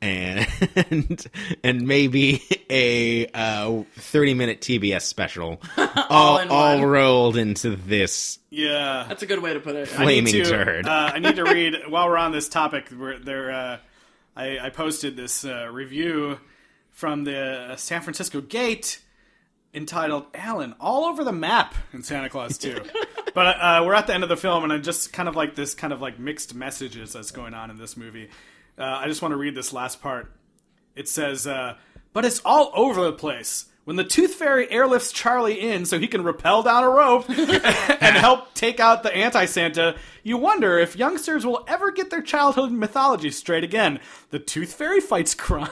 Speaker 3: and (laughs) and maybe a uh, thirty minute TBS
Speaker 10: (laughs)
Speaker 3: special, all
Speaker 2: in
Speaker 3: all
Speaker 2: one.
Speaker 3: rolled into this
Speaker 10: Yeah.
Speaker 2: That's a good way to put it.
Speaker 10: I need
Speaker 3: flaming
Speaker 10: to,
Speaker 3: turd.
Speaker 10: Uh, I need to read, while we're on this topic, we're, there, uh, I, I posted this uh, review from the San Francisco Gate entitled Alan All Over the Map in Santa Claus 2. but uh, we're at the end of the film, and I just kind of like this kind of like mixed messages that's going on in this movie. Uh, I just want to read this last part. It says, uh, but it's all over the place. When the Tooth Fairy airlifts Charlie in so he can rappel down a rope (laughs) and help take out the anti Santa, you wonder if youngsters will ever get their childhood mythology straight again. The Tooth Fairy fights crime?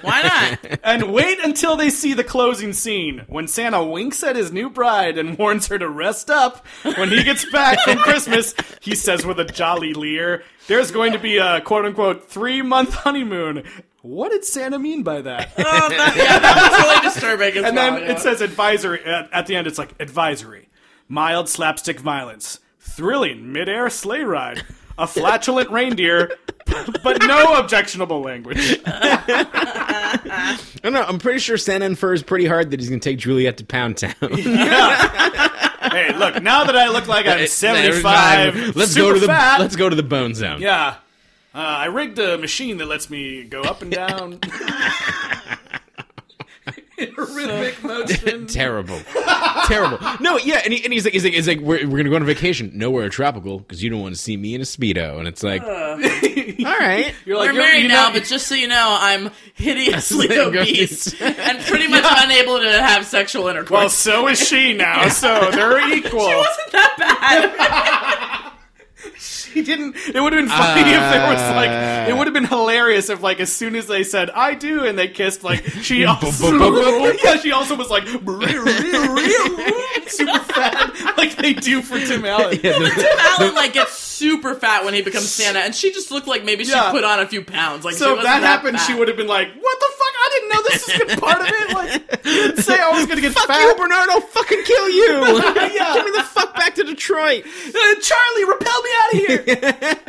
Speaker 2: Why
Speaker 10: (laughs)
Speaker 2: not?
Speaker 10: and wait until they see the closing scene when Santa winks at his new bride and warns her to rest up. When he gets back from Christmas, he says with a jolly leer, There's going to be a quote unquote three month honeymoon. What did Santa mean by that?
Speaker 2: Oh, that, yeah, that was really disturbing. As
Speaker 10: And
Speaker 2: well,
Speaker 10: then
Speaker 2: yeah.
Speaker 10: it says advisory at, at the end, it's like advisory mild slapstick violence, thrilling midair sleigh ride, a flatulent reindeer, but no objectionable language.
Speaker 3: No, no, I'm pretty sure Santa infers pretty hard that he's going to take Juliet to Pound Town. (laughs)
Speaker 10: Hey, look! Now that I look like I'm 75,
Speaker 3: (laughs) Let's
Speaker 10: super
Speaker 3: go to the
Speaker 10: fat,
Speaker 3: let's go to the Bone Zone.
Speaker 10: yeah. Uh, I rigged a machine that lets me go up and down.
Speaker 2: rhythmic motion.
Speaker 3: (laughs) Terrible, terrible. No, yeah, and, he, and he's like, he's like, he's like, we're, we're gonna go on vacation, nowhere tropical, because you don't want to see me in a speedo, and it's like, all right,
Speaker 10: (laughs)
Speaker 3: (laughs)
Speaker 10: You're
Speaker 2: We're
Speaker 10: like, you're-
Speaker 2: married
Speaker 10: you
Speaker 2: now,
Speaker 10: know-
Speaker 2: but just so you know, I'm
Speaker 10: (laughs)
Speaker 2: hideously obese and pretty much unable to have sexual intercourse.
Speaker 10: well, so is she now. So
Speaker 2: (laughs)
Speaker 10: they're equal.
Speaker 2: it wasn't that bad.
Speaker 10: (laughs) He didn't. It would have been funny if there was like. It would have been hilarious if like as soon as they said "I do" and they kissed, like (laughs) she also. (laughs) yeah, she also was like super fat, like they do for Tim Allen. (laughs)
Speaker 2: Tim Allen like gets super fat when he becomes Santa, and she just looked like maybe she
Speaker 10: Yeah.
Speaker 2: put on a few pounds. Like she
Speaker 10: So if
Speaker 2: wasn't
Speaker 10: that happened,
Speaker 2: fat.
Speaker 10: she would have been like, "What the fuck? I didn't know this that's a good part of it. Like, you didn't say I was going to get
Speaker 3: Fuck
Speaker 10: fat.
Speaker 3: you, Bernard! I'll fucking kill you!
Speaker 10: (laughs) Yeah.
Speaker 3: (laughs) Give me the fuck back to Detroit!
Speaker 10: Uh, Charlie, repel me out of here.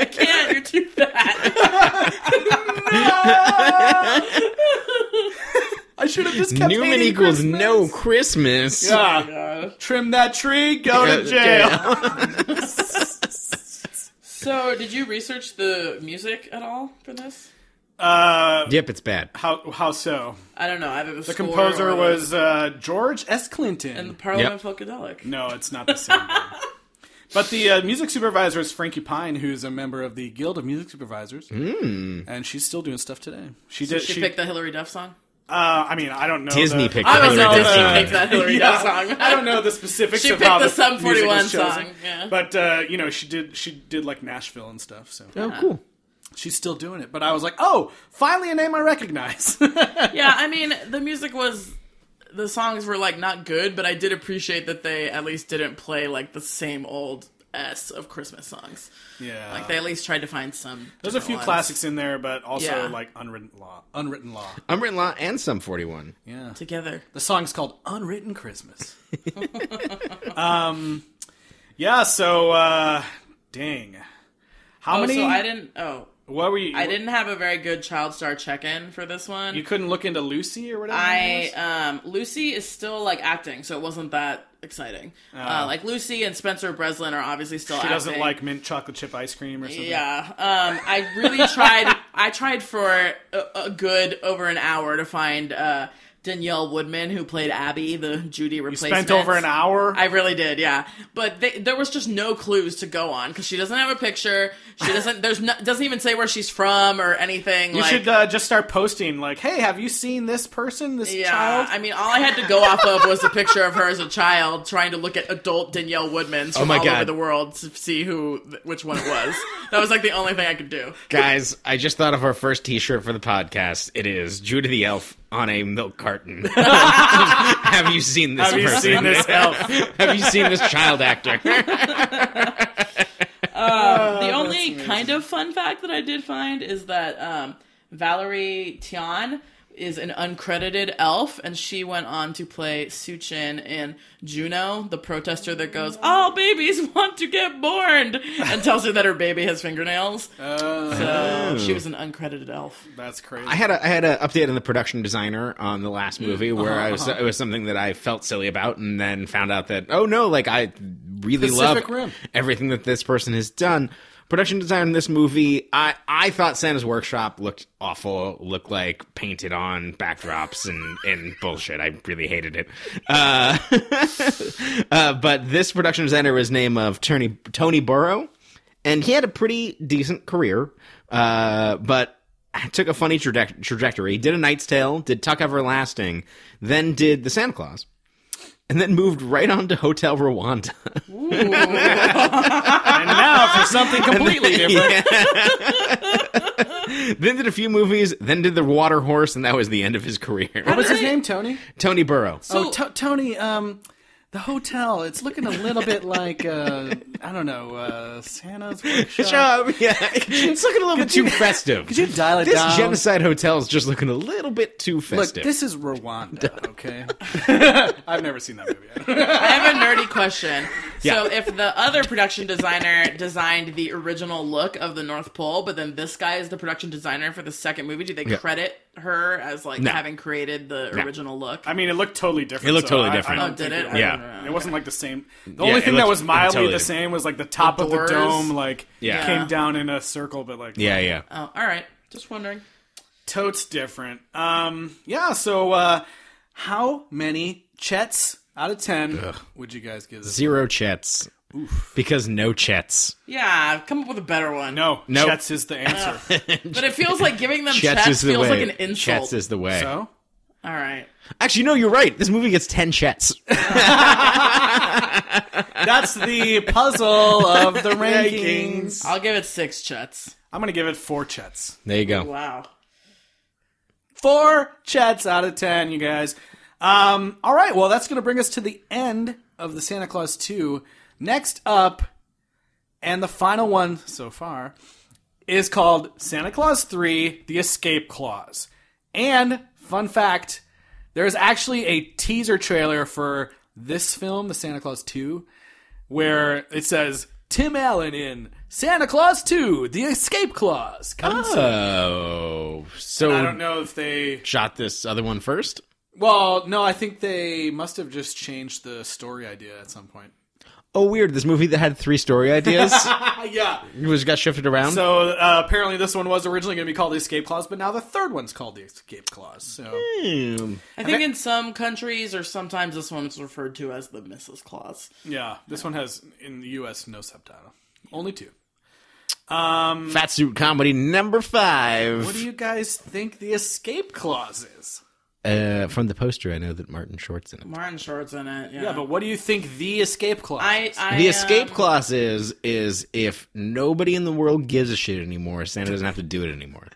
Speaker 2: can't. You're
Speaker 10: (laughs)
Speaker 2: too fat.
Speaker 10: I should have just kept
Speaker 3: Newman
Speaker 10: hating
Speaker 3: equals
Speaker 10: Christmas.
Speaker 3: no Christmas.
Speaker 10: Yeah. Trim that tree, go
Speaker 3: Go
Speaker 10: to
Speaker 3: to
Speaker 10: jail.
Speaker 2: (laughs) So, did you research the music at all for this?
Speaker 10: Uh,
Speaker 3: Yep, it's bad.
Speaker 10: how how so?
Speaker 2: I don't know. I have the
Speaker 10: The composer was uh, George S. Clinton.
Speaker 2: in the Parliament
Speaker 3: Yep.
Speaker 2: Funkadelic.
Speaker 10: no, it's not
Speaker 2: (laughs)
Speaker 10: the same. guy. But the uh, music supervisor is Frankie Pine, who's a member of the Guild of Music Supervisors, mm.
Speaker 3: Hmm.
Speaker 10: and she's still doing stuff today. She did.
Speaker 2: She,
Speaker 10: She,
Speaker 2: picked the Hillary Duff song.
Speaker 10: uh, I mean, I don't know.
Speaker 3: Disney
Speaker 10: the,
Speaker 3: picked
Speaker 2: I don't
Speaker 3: Hillary
Speaker 2: know.
Speaker 3: Duff
Speaker 2: if She
Speaker 3: song.
Speaker 2: picked that Hillary
Speaker 10: (laughs) Yeah,
Speaker 2: Duff song.
Speaker 10: I don't know the specifics
Speaker 2: She
Speaker 10: of how
Speaker 2: picked the Sum
Speaker 10: music
Speaker 2: 41
Speaker 10: was chosen.
Speaker 2: song, yeah.
Speaker 10: But uh, you know, she did. She did like Nashville and stuff. So
Speaker 3: Oh, cool.
Speaker 10: she's still doing it. But I was like, oh, finally a name I recognize. (laughs)
Speaker 2: yeah, I mean, the music was. The songs were like not good, but I did appreciate that they at least didn't play like the same old s of Christmas songs.
Speaker 10: yeah,
Speaker 2: Like they at least tried to find some.
Speaker 10: There's a few
Speaker 2: different ones
Speaker 10: classics in there, but also
Speaker 2: Yeah.
Speaker 10: like unwritten law. Unwritten law.
Speaker 3: Unwritten Law and Sum 41.
Speaker 10: Yeah.
Speaker 2: together.
Speaker 10: The song's called
Speaker 2: (laughs)
Speaker 10: Unwritten Christmas. um, yeah. So, uh, dang. How
Speaker 2: Oh,
Speaker 10: many?
Speaker 2: so I didn't. Oh,
Speaker 10: what were you?
Speaker 2: I didn't have a very good child star check-in for this one.
Speaker 10: You couldn't look into Lucy or whatever. it was?
Speaker 2: I um, Lucy is still like acting, so it wasn't that exciting. Uh, like Lucy and Spencer Breslin are obviously still.
Speaker 10: Oh. she
Speaker 2: acting.
Speaker 10: doesn't like mint chocolate chip ice cream or something.
Speaker 2: Yeah, um, I really tried. I tried for a, a good over an hour to find uh, Danielle Woodman, who played Abby, the Judy
Speaker 10: You
Speaker 2: replacement.
Speaker 10: spent over an hour.
Speaker 2: I really did, yeah. But they, there was just no clues to go on because she doesn't have a picture. She doesn't. There's no, doesn't even say where she's from or anything.
Speaker 10: you
Speaker 2: like,
Speaker 10: should uh, just start posting like, "Hey, have you seen this person? This
Speaker 2: Yeah,
Speaker 10: child?"
Speaker 2: I mean, all I had to go off of was a picture of her as a child trying to look at adult Danielle Woodmans from
Speaker 3: Oh my
Speaker 2: all over
Speaker 3: God.
Speaker 2: the world to see who, which one it was. that was like the only thing I could do.
Speaker 3: Guys, I just thought of our first T-shirt for the podcast. It is Judah the Elf on a milk carton. Have you seen this
Speaker 10: have you
Speaker 3: person? (laughs)
Speaker 10: seen this elf?
Speaker 3: Have you seen this child actor?
Speaker 2: the only kind of fun fact that I did find is that um, Valerie Tian is an uncredited elf, and she went on to play Suchin in Juno, the protester that goes, "All babies (laughs) want to get born," and tells her that her baby has fingernails. so she was an uncredited elf.
Speaker 10: That's crazy.
Speaker 3: I had a I had an update on the production designer on the last
Speaker 10: Mm.
Speaker 3: movie where I was
Speaker 10: Uh-huh.
Speaker 3: it was something that I felt silly about and then found out that oh no like I really
Speaker 10: Pacific
Speaker 3: love
Speaker 10: Rim.
Speaker 3: everything that this person has done. Production design in this movie, I I thought Santa's Workshop looked awful, looked like painted on backdrops and and bullshit. I really hated it. Uh, (laughs) uh, but this production designer was name of Tony Tony Burrow and he had a pretty decent career, uh, but took a funny traje- trajectory. Did a Knight's Tale, did Tuck Everlasting, then did The Santa Claus, and then moved right on to Hotel Rwanda. (laughs)
Speaker 10: and now for something completely different.
Speaker 3: (laughs) then did a few movies, then did The Water Horse, and that was the end of his career.
Speaker 10: What's his name? Tony.
Speaker 3: Tony (laughs) Burrow.
Speaker 10: oh, To- Tony, um, the hotel, it's looking a little bit like, uh, I don't know, uh, Santa's workshop.
Speaker 3: yeah, (laughs) it's looking a little bit too festive.
Speaker 10: Could you dial
Speaker 3: (laughs)
Speaker 10: it
Speaker 3: this
Speaker 10: down?
Speaker 3: genocide hotel is just looking a little bit too
Speaker 10: Look,
Speaker 3: festive.
Speaker 10: this is Rwanda, (laughs) okay? I've never seen that movie.
Speaker 2: I have a nerdy question. So,
Speaker 3: (laughs) Yeah.
Speaker 2: if the other production designer designed the original look of the North Pole, but then this guy is the production designer for the second movie, do they
Speaker 3: Yeah.
Speaker 2: credit her as like
Speaker 3: No.
Speaker 2: having created the original look?
Speaker 10: I mean, it looked totally different.
Speaker 3: It looked
Speaker 10: so
Speaker 3: totally
Speaker 10: I- I
Speaker 3: different.
Speaker 2: oh,
Speaker 10: don't
Speaker 2: did
Speaker 10: think
Speaker 2: it? I
Speaker 3: Yeah.
Speaker 2: don't know.
Speaker 10: It wasn't like the same. The
Speaker 3: Yeah,
Speaker 10: only
Speaker 3: it
Speaker 10: thing that
Speaker 3: looked
Speaker 10: was mildly
Speaker 3: totally
Speaker 10: the
Speaker 3: different.
Speaker 10: same was like the top of the
Speaker 2: doors.
Speaker 10: dome, like
Speaker 3: Yeah.
Speaker 10: came down in a circle, but like
Speaker 3: yeah, yeah.
Speaker 2: Oh, all right. Just wondering.
Speaker 10: totes different. Um, yeah. So, uh, how many Chets out of ten would you guys give this?
Speaker 3: Zero chets. Because no chets.
Speaker 2: Yeah, come up with a better one.
Speaker 10: No,
Speaker 3: Nope.
Speaker 10: Oh, Chets is the answer.
Speaker 2: But it feels like giving them
Speaker 3: (laughs) Chets,
Speaker 2: chats,
Speaker 3: is the
Speaker 2: feels
Speaker 3: way.
Speaker 2: like an insult.
Speaker 3: Chets is the way.
Speaker 10: so.
Speaker 2: all right.
Speaker 3: Actually, no, you're right. This movie gets ten chets.
Speaker 10: That's the puzzle of the rankings.
Speaker 2: I'll give it six chets.
Speaker 10: I'm going to give it four chets.
Speaker 3: There you go.
Speaker 2: Wow.
Speaker 10: Four chets out of ten, you guys. Um, all right, well, that's going to bring us to the end of the Santa Claus 2. Next up, and the final one so far, is called Santa Claus 3 The Escape Clause. And Fun fact: there is actually a teaser trailer for this film, The Santa Claus Two, where it says Tim Allen in Santa Claus Two: The Escape Clause. Coming soon.
Speaker 3: Oh, so
Speaker 10: I don't know if they.
Speaker 3: shot this other one first.
Speaker 10: Well, no, I think they must have just changed the story idea at some point.
Speaker 3: Oh, weird! This movie that had three story
Speaker 10: (laughs)
Speaker 3: ideas
Speaker 10: Uh, yeah.
Speaker 3: was got shifted around.
Speaker 10: So uh, apparently, this one was originally going to be called the Escape Clause, but now the third one's called the Escape Clause. So
Speaker 3: Hmm.
Speaker 2: I think in some countries, or sometimes this one's referred to as the Mrs. Claus.
Speaker 10: yeah, this one has in the U.S. no subtitle, only two.
Speaker 3: fat suit comedy number five.
Speaker 10: What do you guys think the Escape Clause is?
Speaker 3: uh, from the poster, I know that Martin Short's in it.
Speaker 2: Martin Short's in it. Yeah,
Speaker 10: Yeah, but what do you think the Escape Clause?
Speaker 2: I,
Speaker 10: is?
Speaker 2: I
Speaker 3: The escape
Speaker 2: um,
Speaker 3: clause is is if nobody in the world gives a shit anymore, Santa doesn't have to do it anymore.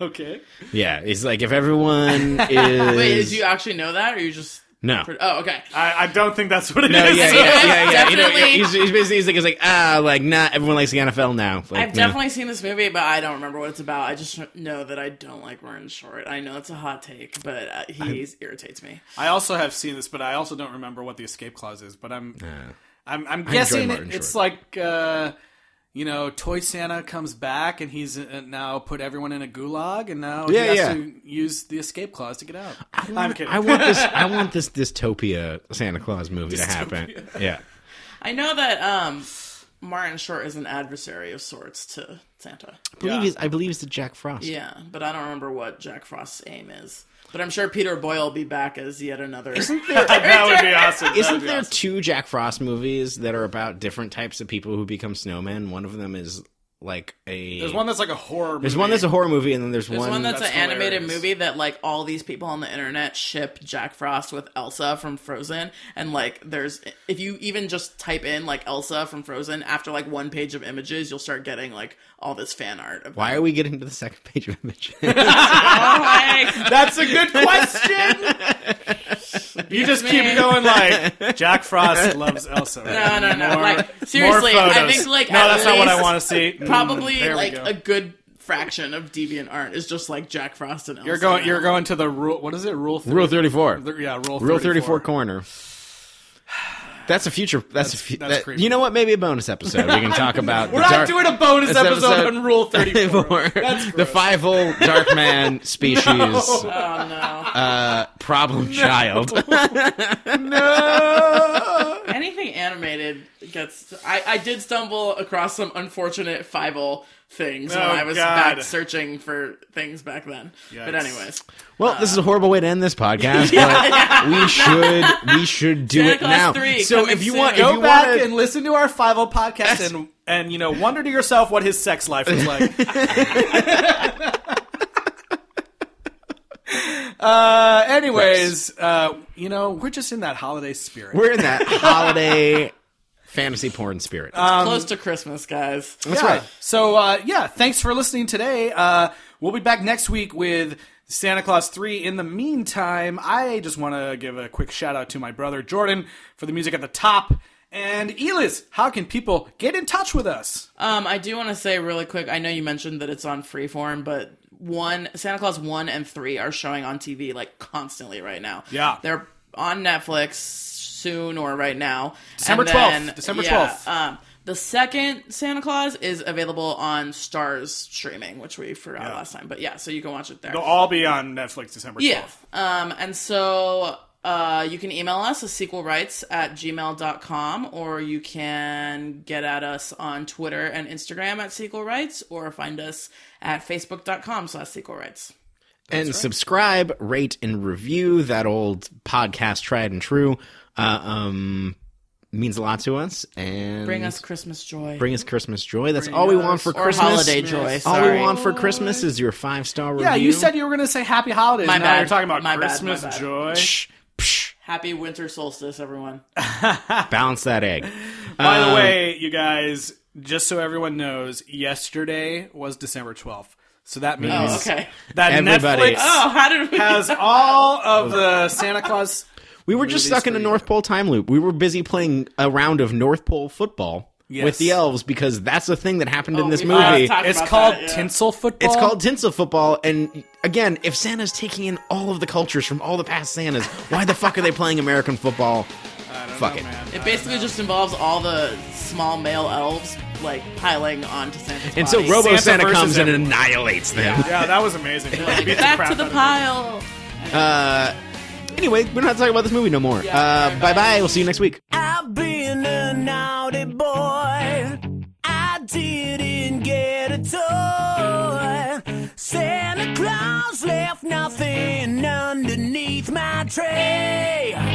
Speaker 10: okay.
Speaker 3: Yeah, it's like if everyone is
Speaker 2: (laughs) Wait, did you actually know that, or you just? (laughs)
Speaker 3: no.
Speaker 2: Oh, okay.
Speaker 10: I, I don't think that's what it is.
Speaker 3: No, yeah, yeah, yeah, yeah. You know,
Speaker 2: Definitely.
Speaker 3: he's, he's basically he's like, he's like, ah, like not everyone likes the NFL now. Like,
Speaker 2: I've
Speaker 3: no.
Speaker 2: definitely seen this movie, but I don't remember what it's about. I just know that I don't like Martin Short. I know it's a hot take, but uh, he irritates me.
Speaker 10: I also have seen this, but I also don't remember what the Escape Clause is. But I'm, I'm, I'm
Speaker 3: enjoy
Speaker 10: guessing
Speaker 3: Martin
Speaker 10: it, it's
Speaker 3: Short.
Speaker 10: like. Uh, you know, Toy Santa comes back and he's uh, now put everyone in a gulag, and now
Speaker 3: Yeah,
Speaker 10: he has
Speaker 3: yeah.
Speaker 10: to use the escape clause to get
Speaker 3: (laughs)
Speaker 10: out.
Speaker 3: I
Speaker 10: I'm
Speaker 3: want-
Speaker 10: kidding.
Speaker 3: I want (laughs) this. I want this dystopia Santa Claus movie to happen. Yeah.
Speaker 2: I know that um, Martin Short is an adversary of sorts to Santa.
Speaker 3: I believe he's. I believe it's the Jack Frost.
Speaker 2: Yeah, but I don't remember what Jack Frost's aim is. But I'm sure Peter Boyle will be back as yet another.
Speaker 10: that would be awesome. That'd
Speaker 3: Isn't
Speaker 10: be
Speaker 3: there
Speaker 10: awesome.
Speaker 3: two Jack Frost movies that are about different types of people who become snowmen? One of them is like a.
Speaker 10: There's one that's like a horror. Movie.
Speaker 3: There's one that's a horror movie, and then there's,
Speaker 2: There's one that's,
Speaker 10: that's
Speaker 2: an animated
Speaker 10: hilarious.
Speaker 2: movie that like all these people on the internet ship Jack Frost with Elsa from Frozen, and like there's if you even just type in like Elsa from Frozen after like one page of images, you'll start getting like all this fan art. Of
Speaker 3: Why are we getting to the (laughs) second page of image?
Speaker 10: Oh
Speaker 2: (laughs) Why?
Speaker 10: That's a good question. you just (laughs) keep
Speaker 2: man.
Speaker 10: going like Jack
Speaker 3: (laughs)
Speaker 10: Frost loves Elsa.
Speaker 2: no, no, no.
Speaker 10: More-
Speaker 2: like
Speaker 10: more
Speaker 2: seriously, I
Speaker 10: photos.
Speaker 2: think like
Speaker 10: no,
Speaker 2: at
Speaker 10: that's not what I
Speaker 2: least
Speaker 10: want to see. Mm,
Speaker 2: Probably
Speaker 10: there we
Speaker 2: like
Speaker 10: go.
Speaker 2: a good fraction of deviant art is just like Jack Frost and Elsa.
Speaker 10: You're going.
Speaker 2: now.
Speaker 10: You're going to the rule. What is it? Rule. 30,
Speaker 3: Rule thirty four.
Speaker 10: Yeah. Rule. 34.
Speaker 3: Rule thirty four corner. That's a future. That's, a fu-
Speaker 10: that's
Speaker 3: that-
Speaker 10: creepy.
Speaker 3: you know what? Maybe a bonus episode we can
Speaker 10: (laughs)
Speaker 3: talk about.
Speaker 10: We're
Speaker 3: the
Speaker 10: not
Speaker 3: dark-
Speaker 10: doing a bonus
Speaker 3: this
Speaker 10: episode, on Rule Thirty Four.
Speaker 3: 34. the five-hole dark
Speaker 10: (laughs)
Speaker 3: man species
Speaker 2: Oh no.
Speaker 3: uh, problem child.
Speaker 2: Anything animated gets. I, I did stumble across some unfortunate Fivel things when
Speaker 10: Oh,
Speaker 2: I was
Speaker 10: God.
Speaker 2: back searching for things back then. But
Speaker 10: Yikes.
Speaker 2: anyways,
Speaker 3: Well, this is a horrible way to end this
Speaker 10: (laughs)
Speaker 3: podcast, but we should we should do
Speaker 2: Santa
Speaker 3: it
Speaker 2: Claus
Speaker 3: now.
Speaker 2: 3
Speaker 3: so
Speaker 2: coming
Speaker 3: if you
Speaker 2: soon.
Speaker 3: want, if
Speaker 10: Go
Speaker 3: you
Speaker 10: back
Speaker 3: want,
Speaker 10: and listen to our Five O (laughs) podcast and and you know wonder to yourself what his sex life was
Speaker 3: (laughs)
Speaker 10: like. uh, anyways, uh, you know we're just in that holiday spirit.
Speaker 3: we're in that holiday (laughs) fantasy porn spirit.
Speaker 2: close to Christmas, guys.
Speaker 3: That's
Speaker 10: Yeah.
Speaker 3: right.
Speaker 10: So uh, yeah, thanks for listening today. Uh, we'll be back next week with Santa Claus Three. In the meantime, I just want to give a quick shout out to my brother Jordan for the music at the top. And Elis, how can people get in touch with us?
Speaker 2: Um, I do want to say really quick. I know you mentioned that it's on Freeform, but one Santa Claus one and three are showing on TV like constantly right now.
Speaker 10: Yeah.
Speaker 2: they're on Netflix soon or right now. And
Speaker 10: December
Speaker 2: then-
Speaker 10: 12th. December
Speaker 2: yeah,
Speaker 10: 12th.
Speaker 2: Um, the second Santa Claus is available on Stars streaming, which we forgot last time. But yeah, so you can watch it there.
Speaker 10: all be on Netflix December
Speaker 2: Yeah. Um, and so uh, you can email us at sequelrights at gmail.com or you can get at us on Twitter and Instagram at sequelrights or find us at facebook.com slash sequelrights.
Speaker 3: and subscribe, rate, and review that old podcast, tried and true. Uh, um, means a lot to us, and
Speaker 2: Bring us Christmas joy.
Speaker 3: bring us Christmas joy. That's all we want for
Speaker 2: or
Speaker 3: Christmas.
Speaker 2: holiday joy.
Speaker 3: all
Speaker 2: sorry.
Speaker 3: we want for Christmas is your five star review.
Speaker 10: Yeah, you said you were going to say Happy Holidays.
Speaker 2: My
Speaker 10: now
Speaker 2: bad.
Speaker 10: you're talking about
Speaker 2: My bad, my
Speaker 10: Christmas
Speaker 2: bad.
Speaker 10: joy.
Speaker 2: Happy winter solstice, everyone.
Speaker 3: balance that egg.
Speaker 10: By the way, you guys, just so everyone knows, yesterday was December 12th. So that means
Speaker 2: Oh, okay.
Speaker 10: that
Speaker 3: Everybody-
Speaker 10: Netflix
Speaker 2: Oh, how did we?
Speaker 10: has all of the Santa Claus
Speaker 3: We were just
Speaker 10: Movies
Speaker 3: stuck in
Speaker 10: for
Speaker 3: a
Speaker 10: you.
Speaker 3: North Pole time loop. We were busy playing a round of North Pole football
Speaker 10: Yes.
Speaker 3: with the elves because that's a thing that happened in this
Speaker 2: we- uh,
Speaker 3: movie.
Speaker 2: talk-
Speaker 10: It's
Speaker 2: about
Speaker 10: called
Speaker 2: that, yeah.
Speaker 10: tinsel football.
Speaker 3: It's called tinsel football, and again, if Santa's taking in all of the cultures from all the past Santas, why the fuck are they playing American football? Fuck it.
Speaker 2: (laughs) It basically just involves all the small male elves like piling onto Santa's
Speaker 3: And so
Speaker 2: body.
Speaker 3: Robo
Speaker 10: Santa
Speaker 3: Santa,
Speaker 10: versus
Speaker 3: comes and
Speaker 10: everyone.
Speaker 3: annihilates them.
Speaker 10: Yeah, that was amazing. It
Speaker 2: Like,
Speaker 10: beat the
Speaker 2: back
Speaker 10: crap
Speaker 2: to the
Speaker 10: out of
Speaker 2: pile.
Speaker 10: it.
Speaker 3: Uh, anyway, we're not talking about this movie no more.
Speaker 2: Yeah,
Speaker 3: uh,
Speaker 2: bye-bye.
Speaker 3: bye bye. We'll see you next week.
Speaker 11: I've been a naughty boy. I didn't get a toy. Santa Claus left nothing underneath my tree.